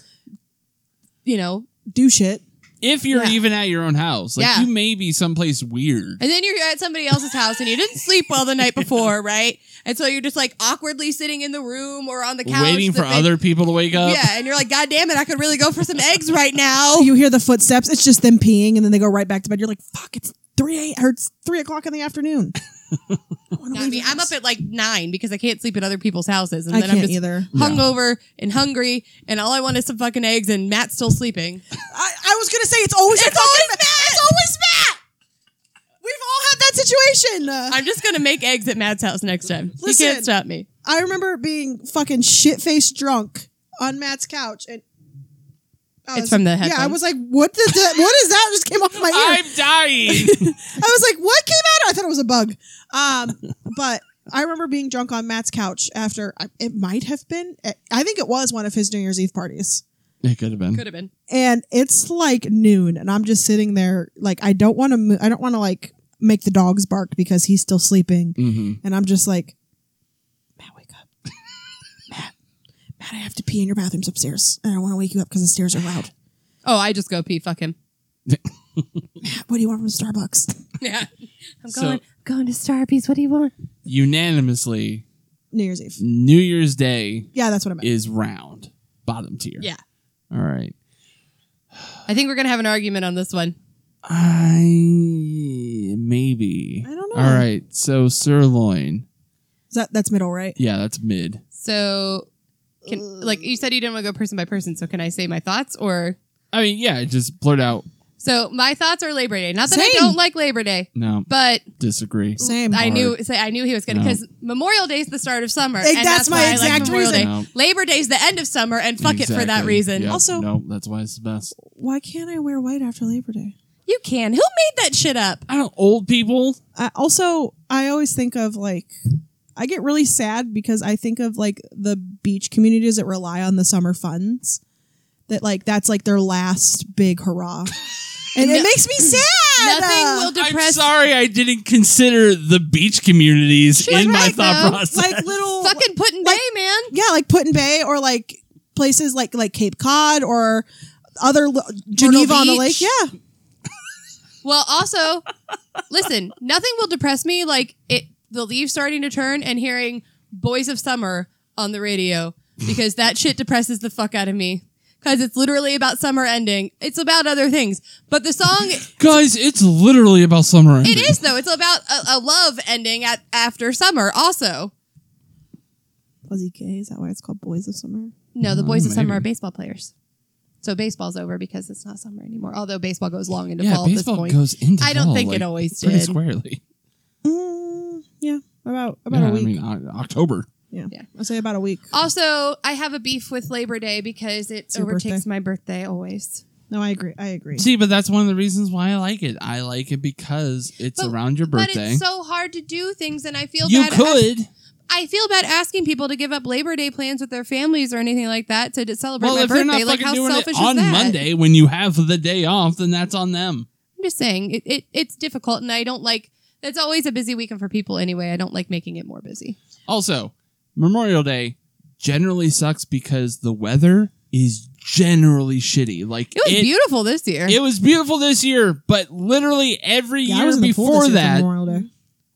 you know, Do shit. If you're Yeah. even at your own house, like Yeah. you may be someplace weird. And then you're at somebody else's house and you didn't sleep well the night before, right? And so you're just like awkwardly sitting in the room or on the couch. Waiting for that they- other people to wake up. Yeah, and you're like, God damn it, I could really go for some eggs right now. Oh, You hear the footsteps. It's just them peeing, and then they go right back to bed. You're like, fuck. It's three a- or it's three o'clock in the afternoon. I wanna Not leave me. the I'm up house. at like nine because I can't sleep at other people's houses. And I then I'm can't just either. hungover and hungry and all I want is some fucking eggs and Matt's still sleeping. I, I was gonna say it's always it's always Matt. It's always Matt. We've all had that situation. Uh, I'm just gonna make eggs at Matt's house next time. You Listen. can't stop me. I remember being fucking shit faced drunk on Matt's couch and. I It's was- from the Yeah, I headphones. was like, "What did that? What is that?" Just came off my ear. I'm dying. I was like, "What came out?" I thought it was a bug. Um, but I remember being drunk on Matt's couch after I- it might have been. eh, I think it was one of his New Year's Eve parties, it could have been. Could have been. and it's like noon, and I'm just sitting there, like I don't want to. Mo- I don't want to like make the dogs bark because he's still sleeping, hmm and I'm just like, Matt, wake up. Matt, Matt, I have to pee in your bathrooms upstairs. And I don't want to wake you up because the stairs are loud. Oh, I just go pee. Fuck him. Matt, what do you want from Starbucks? Yeah. I'm So- going going to Starbucks. What do you want? Unanimously, New Year's Eve. New Year's Day Yeah, that's what I meant. is round, bottom tier. Yeah. All right. I think we're gonna have an argument on this one. I maybe. I don't know. All right. So sirloin. Is that, that's middle, right? Yeah, that's mid. So, can, like you said, you didn't want to go person by person. So, can I say my thoughts? Or I mean, yeah, just blurt out. so my thoughts are Labor Day. Not that I Same. don't like Labor Day, No, but disagree. Same. I Hard. knew say I knew he was going to No. because Memorial Day is the start of summer. Like, and that's my why I exact Memorial reason. No. Day. Labor Day's the end of summer, and fuck it for that Exactly. reason. Yep. Also- no, that's why it's the best. Why can't I wear white after Labor Day? You can. Who made that shit up? I don't. Old people. I, also, I always think of like, I get really sad because I think of like the beach communities that rely on the summer funds. That like that's like their last big hurrah, and No- it makes me sad. Nothing Uh, will I'm depress. sorry I didn't consider the beach communities She was in my right, thought though. process. like little Fucking put in Like- day, man. yeah, like Put in Bay or like places like like Cape Cod or other li- Geneva on the lake. Beach. Yeah, Well, also, listen, nothing will depress me like it the leaves starting to turn and hearing Boys of Summer on the radio because that shit depresses the fuck out of me. Cause it's literally about summer ending. It's about other things, but the song Guys, it's literally about summer. it is though. It's about a, a love ending at after summer. Also, Fuzzy Gay is that why it's called Boys of Summer? no, the Boys of Summer Oh, maybe. are baseball players, so baseball's over because it's not summer anymore. Although baseball goes long into Yeah, fall at this baseball point. goes into. I don't fall, think like, it always pretty did. squarely. Mm, yeah, about about yeah, a week. I mean O- October. yeah. yeah. I'll say about a week. Also, I have a beef with Labor Day because it your overtakes birthday. my birthday always. No, I agree. I agree. See, but that's one of the reasons why I like it. I like it because it's But- around your But birthday. it's so hard to do things, and I feel you bad. could. I feel bad asking people to give up Labor Day plans with their families or anything like that to, to celebrate Well, my if birthday. they're not like fucking how doing selfish it is on that? Monday when you have the day off, then that's on them. I'm just saying it, it it's difficult, and I don't like It's always a busy weekend for people anyway. I don't like making it more busy. Also, Memorial Day generally sucks because the weather is generally shitty. Like It was beautiful this year. It was beautiful this year, but literally every Yeah, I was year in the pool this before year for that Memorial Day.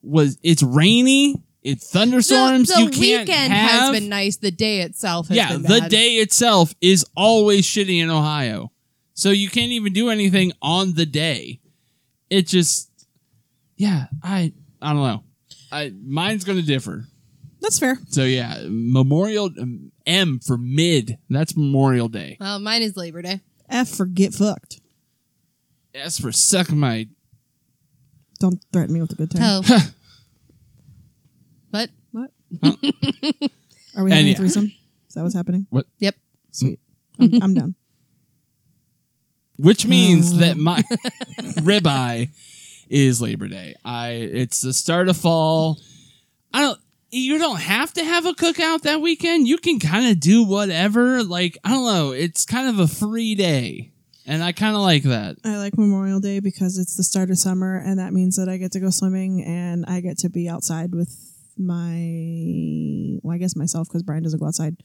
was it's rainy, it's thunderstorms. the, the you can't weekend have, has been nice. The day itself has yeah, been the bad. day itself is always shitty in Ohio, so you can't even do anything on the day. It just, yeah, I I don't know. I mine's gonna differ. That's fair. So yeah, Memorial um, M for mid. That's Memorial Day. Well, mine is Labor Day. F for get fucked. S for suck my. Don't threaten me with a good time. Oh. but What? Huh. Are we having And a yeah. threesome? Is that what's happening? yep. Sweet. I'm, I'm done. Which means Uh. that my ribeye is Labor Day. I it's the start of fall. I don't you don't have to have a cookout that weekend. You can kind of do whatever. Like, I don't know, it's kind of a free day. And I kind of like that. I like Memorial Day because it's the start of summer, and that means that I get to go swimming and I get to be outside with my, well, I guess myself because Brian doesn't go outside,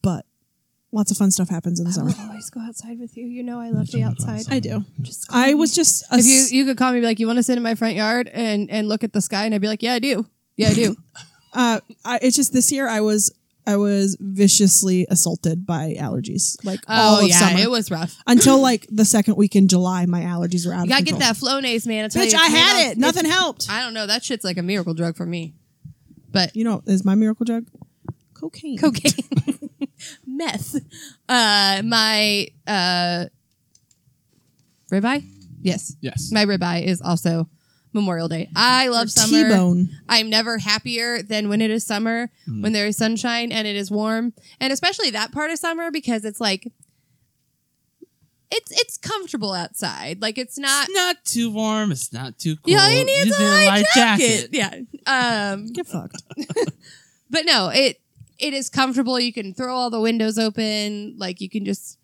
but lots of fun stuff happens in the summer. always go outside with you. You know I love the outside. I do. I was just a If you s- you could call me and be like, you want to sit in my front yard and and look at the sky, and I'd be like, yeah, I do. Yeah, I do. uh, I, it's just this year I was I was viciously assaulted by allergies like all of summer Oh, was rough. until like the second week in July my allergies were out. You of gotta control. get that Flonase, man. I tell Bitch, you, I it's made had off- it. Nothing it's- helped. I don't know. That shit's like a miracle drug for me. But you know, is my miracle drug cocaine? cocaine, meth. Uh, my uh, ribeye. Yes, Yes. my ribeye is also Memorial Day. I love summer. T-bone. I'm never happier than when it is summer, when there is sunshine and it is warm, and especially that part of summer because it's like it's it's comfortable outside. Like it's not It's not too warm, it's not too cold. yeah, I need Just a a light light jacket. Yeah. Um, Get fucked. but no, it it is comfortable. You can throw all the windows open. Like you can just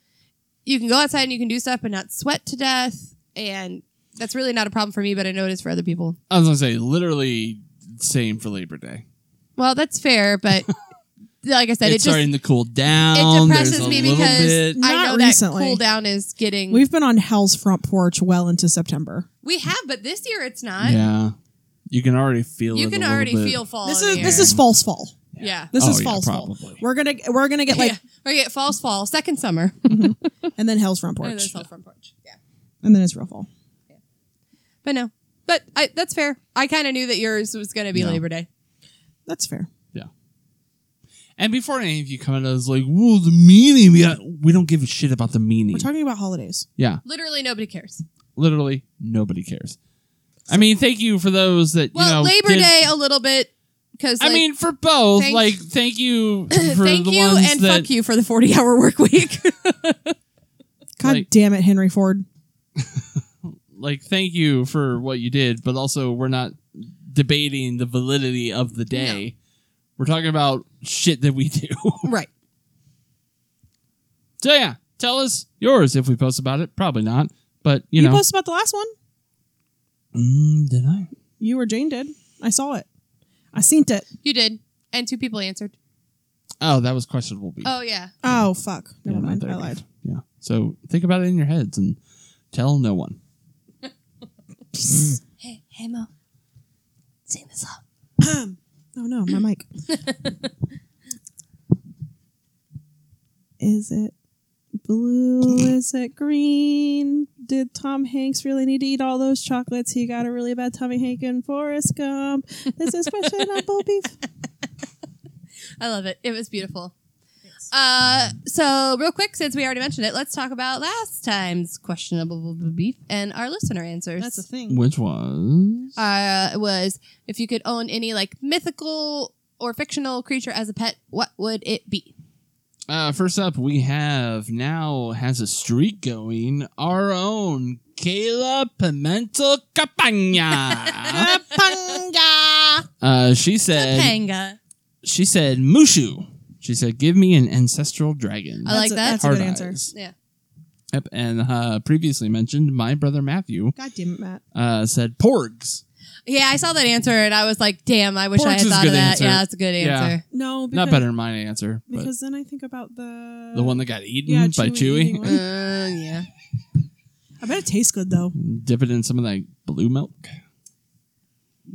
you can go outside and you can do stuff, but not sweat to death. And that's really not a problem for me, but I know it is for other people. I was gonna say literally same for Labor Day. Well, that's fair, but like I said, it just it's starting to cool down. it There's depresses a me little because bit- I Not know recently. that cool down is getting. We've, We've been on hell's front porch well into September. we have, but this year it's not. yeah, you can already feel. You it can a little already bit. feel fall. This in is the this air. is false fall. yeah. This Oh, is yeah, false fall. probably. We're gonna we're gonna get like yeah. Right, yeah, falls fall, second summer, and then hell's front and then porch fall front porch. Yeah, and then it's real fall. but no, but I, that's fair. I kind of knew that yours was going to be No. Labor Day. That's fair. And before any of you come in, I was like, "Well, the meaning we got, we don't give a shit about the meaning." We're talking about holidays. yeah, Literally, nobody cares. literally nobody cares. I mean, thank you for those that Well, you know. Labor did- Day a little bit because I mean, for both, thank- like, thank you for thank the you ones and that fuck you for the forty-hour work week. God Like- damn it, Henry Ford. like thank you for what you did, but also we're not debating the validity of the day. We're talking about shit that we do. right. so yeah, tell us yours if we post about it. Probably not, but you, You, know, posted about the last one. Mm, did I? You or Jane did. I saw it. I seen it. You did, and two people answered. Oh, that was questionable beef. Oh yeah. Oh fuck. Never Yeah, mind. not I their lied. beef. Yeah. So think about it in your heads and tell no one. Hey, hey Mo, sing the song. Oh no, my mic. Is it blue? Is it green? Did Tom Hanks really need to eat all those chocolates? He got a really bad tummy ache in Forrest Gump. This is questionable beef. I love it. It was beautiful. Uh, so real quick, since we already mentioned it, let's talk about last time's questionable beef and our listener answers. thing. Which was uh, was if you could own any like mythical or fictional creature as a pet, what would it be? uh, first up. We have now has a streak going. Our own Kayla Pimentel Capagna. Panga. uh, she said. Topanga. She said Mushu. She said, "Give me an ancestral dragon." I like Oh, that. That's Hard a good answer. eyes. Yeah. Yep, and uh, previously mentioned, my brother Matthew God damn it, Matt. uh, said porgs. Yeah, I saw that answer and I was like, damn, I wish I Pork's had is a thought of good that. answer. Yeah, that's a good Yeah. answer. No, because, Not better than my answer, but because then I think about the the one that got eaten yeah, by Chewy eating Chewy. one. Uh, yeah. I bet it tastes good though. Dip it in some of that blue milk.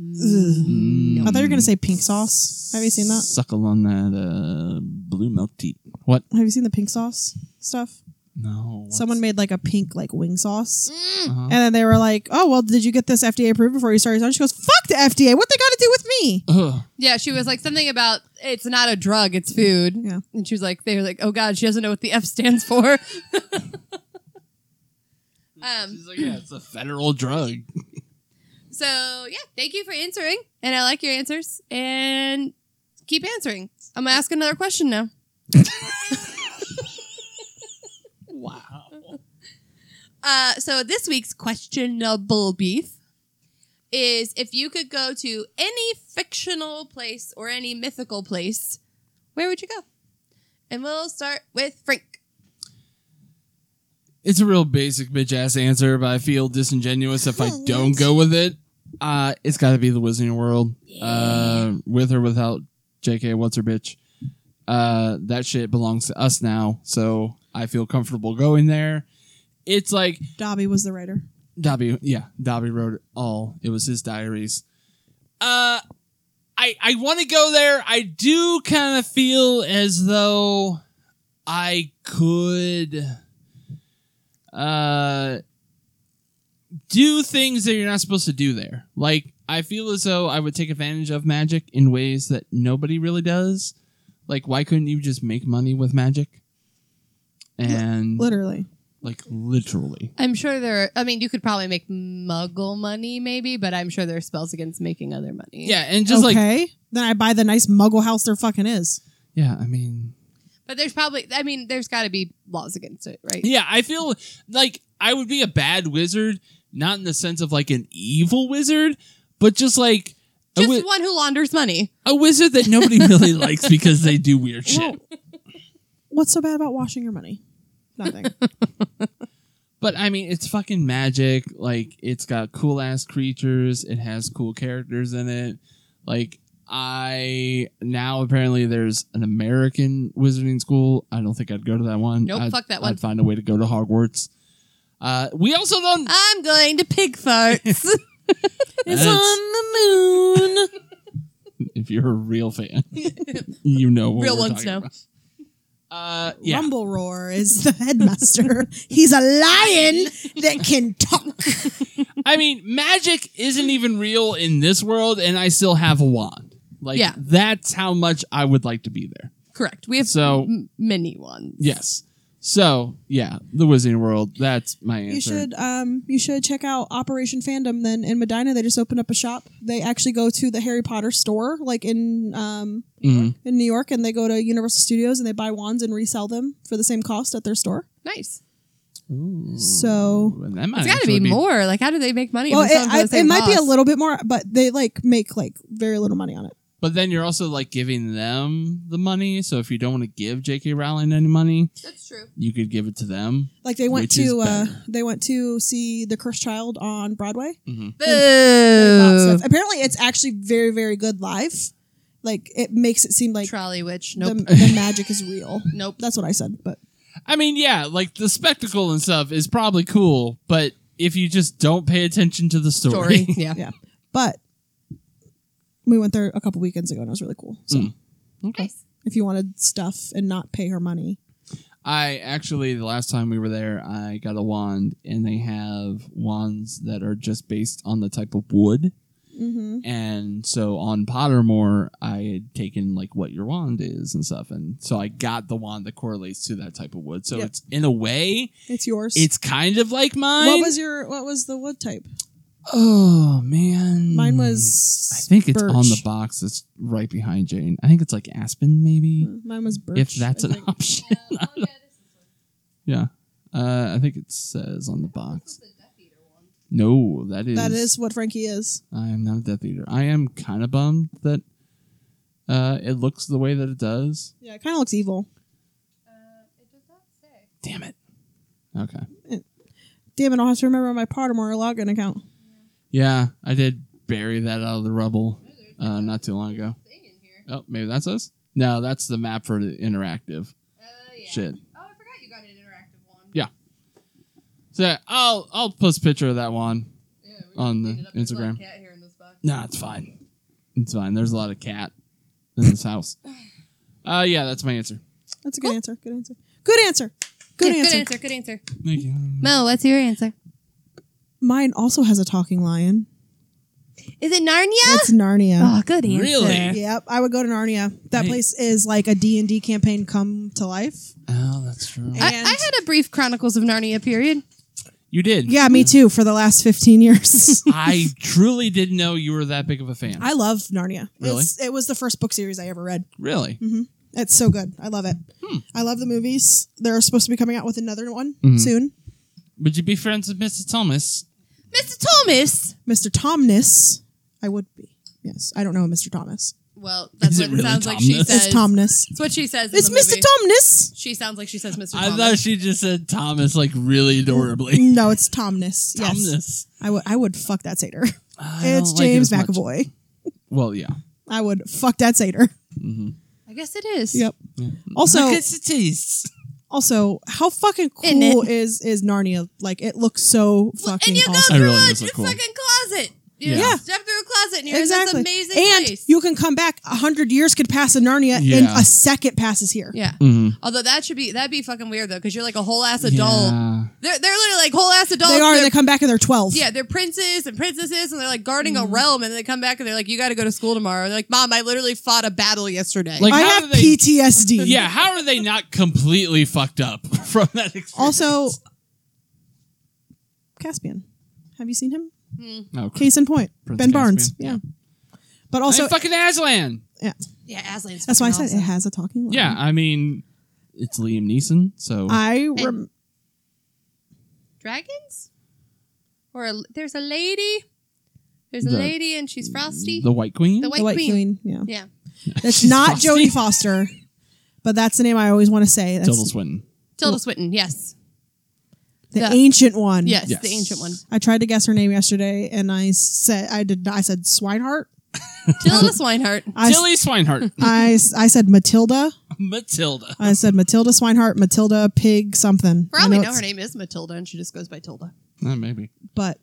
I thought you were gonna say Mm. pink sauce. Have you seen that? Suckle on that uh, blue milk teat. What? Have you seen the pink sauce stuff? No. what's- Someone made like a pink like wing sauce, Mm. Uh-huh. and then they were like, "Oh well, did you get this FDA approved before you started?" She goes, "Fuck the FDA. What they got to do with me?" Ugh. Yeah, she was like something about it's not a drug, it's food. Yeah. And she was like, they were like, oh God, she doesn't know what the F stands for. um, She's like, yeah, it's a federal drug. so yeah, thank you for answering. And I like your answers. And keep answering. I'm gonna ask another question now. Wow. Uh, so this week's questionable beef is if you could go to any fictional place or any mythical place, where would you go? And we'll start with Frank. It's a real basic bitch ass answer, but I feel disingenuous if I don't go with it. Uh, it's got to be the Wizarding World, uh, with or without J.K. What's her bitch? Uh, that shit belongs to us now, so I feel comfortable going there. It's like Dobby was the writer. Dobby, yeah, Dobby wrote it all. It was his diaries. Uh, I I want to go there. I do kind of feel as though I could uh do things that you're not supposed to do there. Like I feel as though I would take advantage of magic in ways that nobody really does. Like why couldn't you just make money with magic? And Literally, like literally. I'm sure there. Are, I mean, you could probably make Muggle money, maybe, but I'm sure there are spells against making other money. Yeah, and just like okay. then I buy the nice Muggle house there fucking is. Yeah, I mean, but there's probably. I mean, there's got to be laws against it, right? yeah, I feel like I would be a bad wizard, not in the sense of like an evil wizard, but just like a, Just wi- one who launders money. a wizard that nobody really likes because they do weird shit. What's so bad about washing your money? Nothing. But I mean, it's fucking magic. Like, it's got cool ass creatures. It has cool characters in it. Like, I now apparently there's an American wizarding school. I don't think I'd go to that one. Nope, I'd- fuck that one. I'd find a way to go to Hogwarts. Uh, we also don't. I'm going to pig farts. it's That's- on the moon. if you're a real fan, you know what Real we're ones talking know. about. Uh, yeah, Rumble Roar is the headmaster. He's a lion that can talk. I mean, magic isn't even real in this world, and I still have a wand. Like, Yeah. that's how much I would like to be there. Correct. We have So- m- many ones. Yes. So yeah, the Wizarding World. That's my answer. You should um you should check out Operation Fandom then in Medina they just opened up a shop. They actually go to the Harry Potter store like in um Mhm. in New York and they go to Universal Studios and they buy wands and resell them for the same cost at their store. Nice. So Mm-hmm. And that might It's got to actually be, more. Like, how do they make money? well, if it, it's selling for I, the it same might be a cost? little bit more, but they like make like very little money on it. But then you're also like giving them the money. So if you don't want to give J.K. Rowling any money, That's true. you could give it to them. Like they went Which is to uh, better. they went to see the Cursed Child on Broadway. Uh. Lots Boo. of- Apparently, it's actually very, very good live. Like it makes it seem like Trolley witch. the, Nope. the magic is real. nope. That's what I said. But I mean, yeah, like the spectacle and stuff is probably cool, but if you just don't pay attention to the story, Story. Yeah. yeah, but we went there a couple weekends ago and it was really cool. So Mm. Nice. if you wanted stuff and not pay her money, I actually the last time we were there, I got a wand, and they have wands that are just based on the type of wood. mm-hmm. And so on Pottermore, I had taken like what your wand is and stuff, and so I got the wand that correlates to that type of wood. So Yep. it's in a way, it's yours. it's kind of like mine. what was your what was the wood type? Oh man, Mine was. I think it's birch. on the box that's right behind Jane. I think it's like aspen, maybe. Hmm. Mine was birch. if that's I an think. option. yeah, uh, I think it says on the box. No, that is. that is what Frankie is. I am not a Death Eater. I am kind of bummed that uh, it looks the way that it does. Yeah, it kind of looks evil. Damn it. Okay. Damn it! I'll have to remember my Pottermore login account. Yeah, I did bury that out of the rubble uh, not too long ago. Oh, maybe that's us. No, that's the map for the interactive shit. Uh, Oh, I forgot you got an interactive one. Yeah. So I'll I'll post a picture of that one. On the Instagram. No, it's fine. It's fine. There's a lot of cat in this house. Uh, yeah, that's my answer. That's a good answer. Good answer. Good answer. Good answer. Good answer. Good answer. Thank you. Mo, what's your answer? Mine also has a talking lion. Is it Narnia? It's Narnia. Ah, oh, good answer. Really? Yep, I would go to Narnia. That Hey. place is like a D and D campaign come to life. Oh, that's true. I, I And- had a brief Chronicles of Narnia period. You did. Yeah, me too. For the last fifteen years, I truly didn't know you were that big of a fan. I love Narnia. Really? It's, it was the first book series I ever read. really? Mm-hmm. It's so good. I love it. I love the movies. They're supposed to be coming out with another one soon. Would you be friends with Mrs. Thomas? Mr. Thomas. Mr. Tomness, I would be. Yes, I don't know a Mr. Thomas. Well, that's Is it what it really sounds like she Thomas? says. It's Tomness. That's what she says. in It's the Mr. movie. Tomness. She sounds like she says Mr. I Thomas. thought she just said Thomas like really adorably. No, it's Tomness. Yes, Thomas. I would. I would fuck that satyr. I don't It's like it James as much. McAvoy. Well, yeah. I would fuck that satyr. I guess it is. Yep. Also, Look at the taste. also, how fucking Isn't it? cool is is Narnia? Like, it looks so Well, fucking and you awesome. go I through really a is look cool. fucking closet. You Yeah. yeah. Step through a closet and you're Exactly. in this amazing and place. you can come back. A hundred years could pass in Narnia, and Yeah. a second passes here. yeah. Mm-hmm. Although that should be that'd be fucking weird though, because you're like a whole ass adult. Yeah. They're they're literally like whole ass adults. They are, They're- and they come back and they're twelve. yeah, they're princes and princesses, and they're like guarding Mm. a realm, and they come back and they're like, "You got to go to school tomorrow." And they're like, "Mom, I literally fought a battle yesterday." Like- I How have do they- PTSD. Yeah, how are they not completely fucked up from that experience? Also, Caspian. Have you seen him? oh, crap. Case in point, Prince Ben Barnes. Caspian, Yeah. yeah. But also, Hey, fucking Aslan. yeah, yeah, Aslan's. that's why I fucking said awesome. it has a talking. Lion. Yeah, I mean, it's Liam Neeson, so I rem- dragons, or a, there's a lady, there's a The- lady, and she's frosty. the White Queen. The White the White Queen. Queen. Yeah, yeah, that's She's not frosty. Jodie Foster, but that's the name I always want to say. That's Tilda Swinton. Tilda Swinton. Yes, the Yeah. ancient one. yes, Yes. the ancient one. I tried to guess her name yesterday, and I said I did. not- I said Swinehart. Tilda Swinehart. I, s- Tilly Swinehart. I s- I said Matilda. Matilda. I said Matilda Swinehart. Matilda Pig something. Probably I know it's- her name is Matilda, and she just goes by Tilda. Uh, maybe. But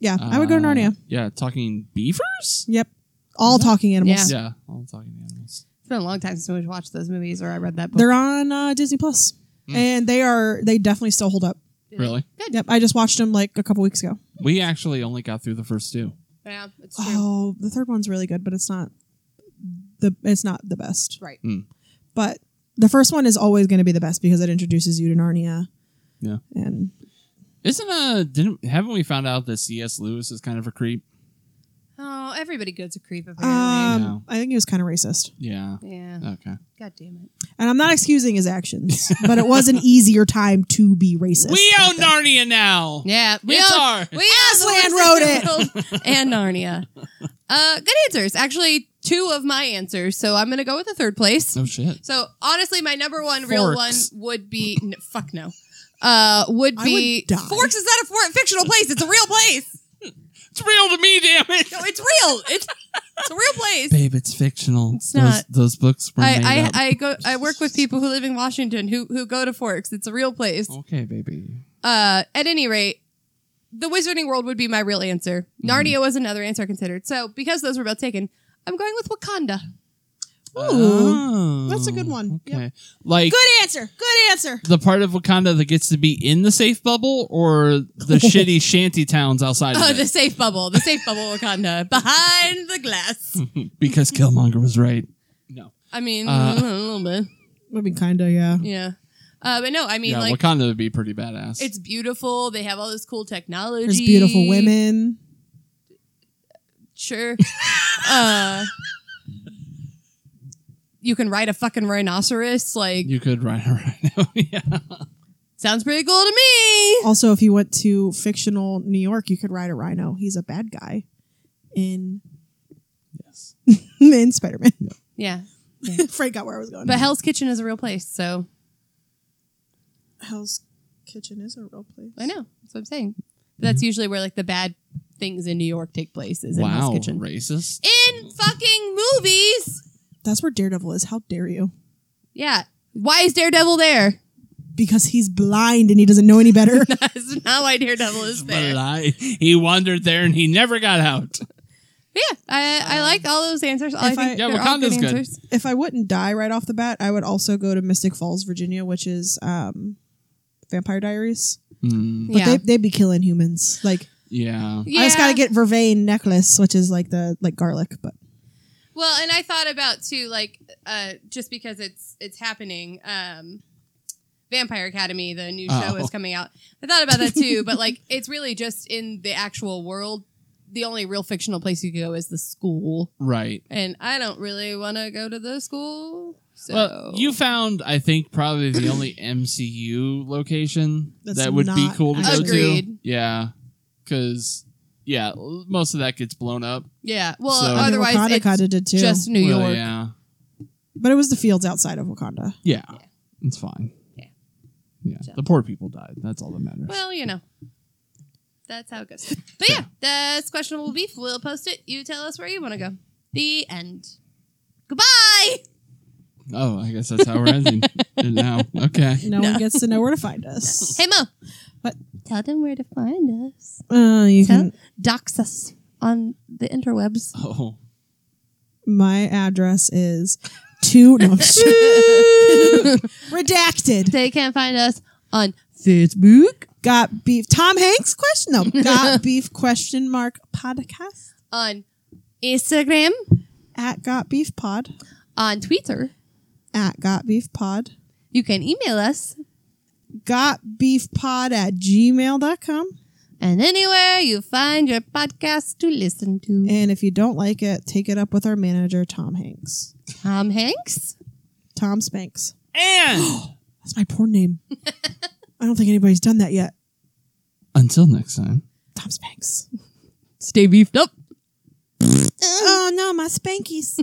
yeah, I would go to Uh, Narnia. Yeah, talking beavers? Yep. All talking animals. Yeah. Yeah, all talking animals. It's been a long time since we watched those movies or I read that book. They're on uh, Disney Plus, and they are they definitely still hold up. Really? Yep, I just watched them like a couple weeks ago. We actually only got through the first two. yeah, it's true. Oh, the third one's really good, but it's not the it's not the best. Right. But the first one is always going to be the best because it introduces you to Narnia, Yeah. and Isn't uh didn't haven't we found out that C.S. Lewis is kind of a creep? Oh, everybody goes a creep apparently. um, Yeah. I think he was kind of racist. Yeah. yeah. Okay. God damn it. And I'm not excusing his actions, but it was an easier time to be racist. We own Narnia now. Yeah. We It's all- ours. We Aslan wrote it. and Narnia. Uh, good answers. Actually, two of my answers. So I'm going to go with the third place. Oh shit. So honestly, my number one real one Forks. would be n- fuck no. Uh, would I be would die. Forks is not a for- fictional place. It's a real place. It's real to me, damn it. No, it's real. It's it's a real place. Babe, it's fictional. It's not. Those, those books were made I, up. I, I go I work with people who live in Washington who who go to Forks. It's a real place. okay, baby. Uh, at any rate, the Wizarding World would be my real answer. Narnia was another answer I considered. So because those were both taken, I'm going with Wakanda. Ooh, Oh, that's a good one. Okay. Like good answer. Good answer. the part of Wakanda that gets to be in the safe bubble or the shitty shanty towns outside Oh, of the it? safe bubble, the safe bubble Wakanda behind the glass. Because Killmonger was right. No. I mean, Uh, a little bit, I mean, kinda, yeah. yeah. Uh, but no, I mean, Yeah, like Wakanda would be pretty badass. it's beautiful. They have all this cool technology. There's beautiful women. Sure. uh, you can ride a fucking rhinoceros. Like, you could ride right now. yeah. sounds pretty cool to me. Also, if you went to fictional New York, you could ride a rhino. He's a bad guy in Yes. in Spider Man. Yeah. Frank got where I was going. Mm-hmm. But Hell's Kitchen is a real place. So Hell's Kitchen is a real place. Mm-hmm. I know. That's what I'm saying. That's usually where like the bad things in New York take place is in Wow, Hell's Kitchen. racist. In fucking movies. That's where Daredevil is. How dare you? Yeah. Why is Daredevil there? Because he's blind and he doesn't know any better. That's not why Daredevil is But there. I, he wandered there and he never got out. Yeah, I, I like all those answers. I if think I- Yeah, they're all good Wakanda's good. answers. if I wouldn't die right off the bat, I would also go to Mystic Falls, Virginia, which is um, Vampire Diaries. Mm, But Yeah. they they'd be killing humans. Like yeah. yeah. I just gotta get vervain necklace, which is like the like garlic, but Well, and I thought about too, like uh, just because it's it's happening. Um, Vampire Academy, the new show, Oh. is coming out. I thought about that too, but like it's really just in the actual world. The only real fictional place you could go is the school, Right. and I don't really want to go to the school. So Well, you found, I think, probably the only MCU location That's that would be not cool to go to. Agreed. Yeah, because yeah, l- most of that gets blown up. yeah. Well, So- I mean, otherwise Wakanda it's kinda did too. just New Well, York. Yeah, but it was the fields outside of Wakanda. yeah, it's fine. Yeah. yeah. So- The poor people died. That's all that matters. Well, you know, that's how it goes. But yeah, that's questionable beef. We'll post it. You tell us where you want to go. The end. Goodbye. oh, I guess that's how we're ending it now. Okay. No, one gets to know where to find us. Hey Mo. What? Tell them where to find us. Uh, you Tell can, dox us on the interwebs. Oh, my address is two no, redacted. They can find us on Facebook, Got beef. Tom Hanks question? No. Got beef question mark podcast on Instagram, at Got Beef Pod on Twitter. at Got Beef Pod. You can email us. Got Beef Pod at gmail.com. And anywhere you find your podcast to listen to. And if you don't like it, take it up with our manager, Tom Hanks. Tom Hanks. Tom Spanks. and That's my porn name. I don't think anybody's done that yet. until next time. Tom Spanks. Stay beefed up. oh no, my spankies.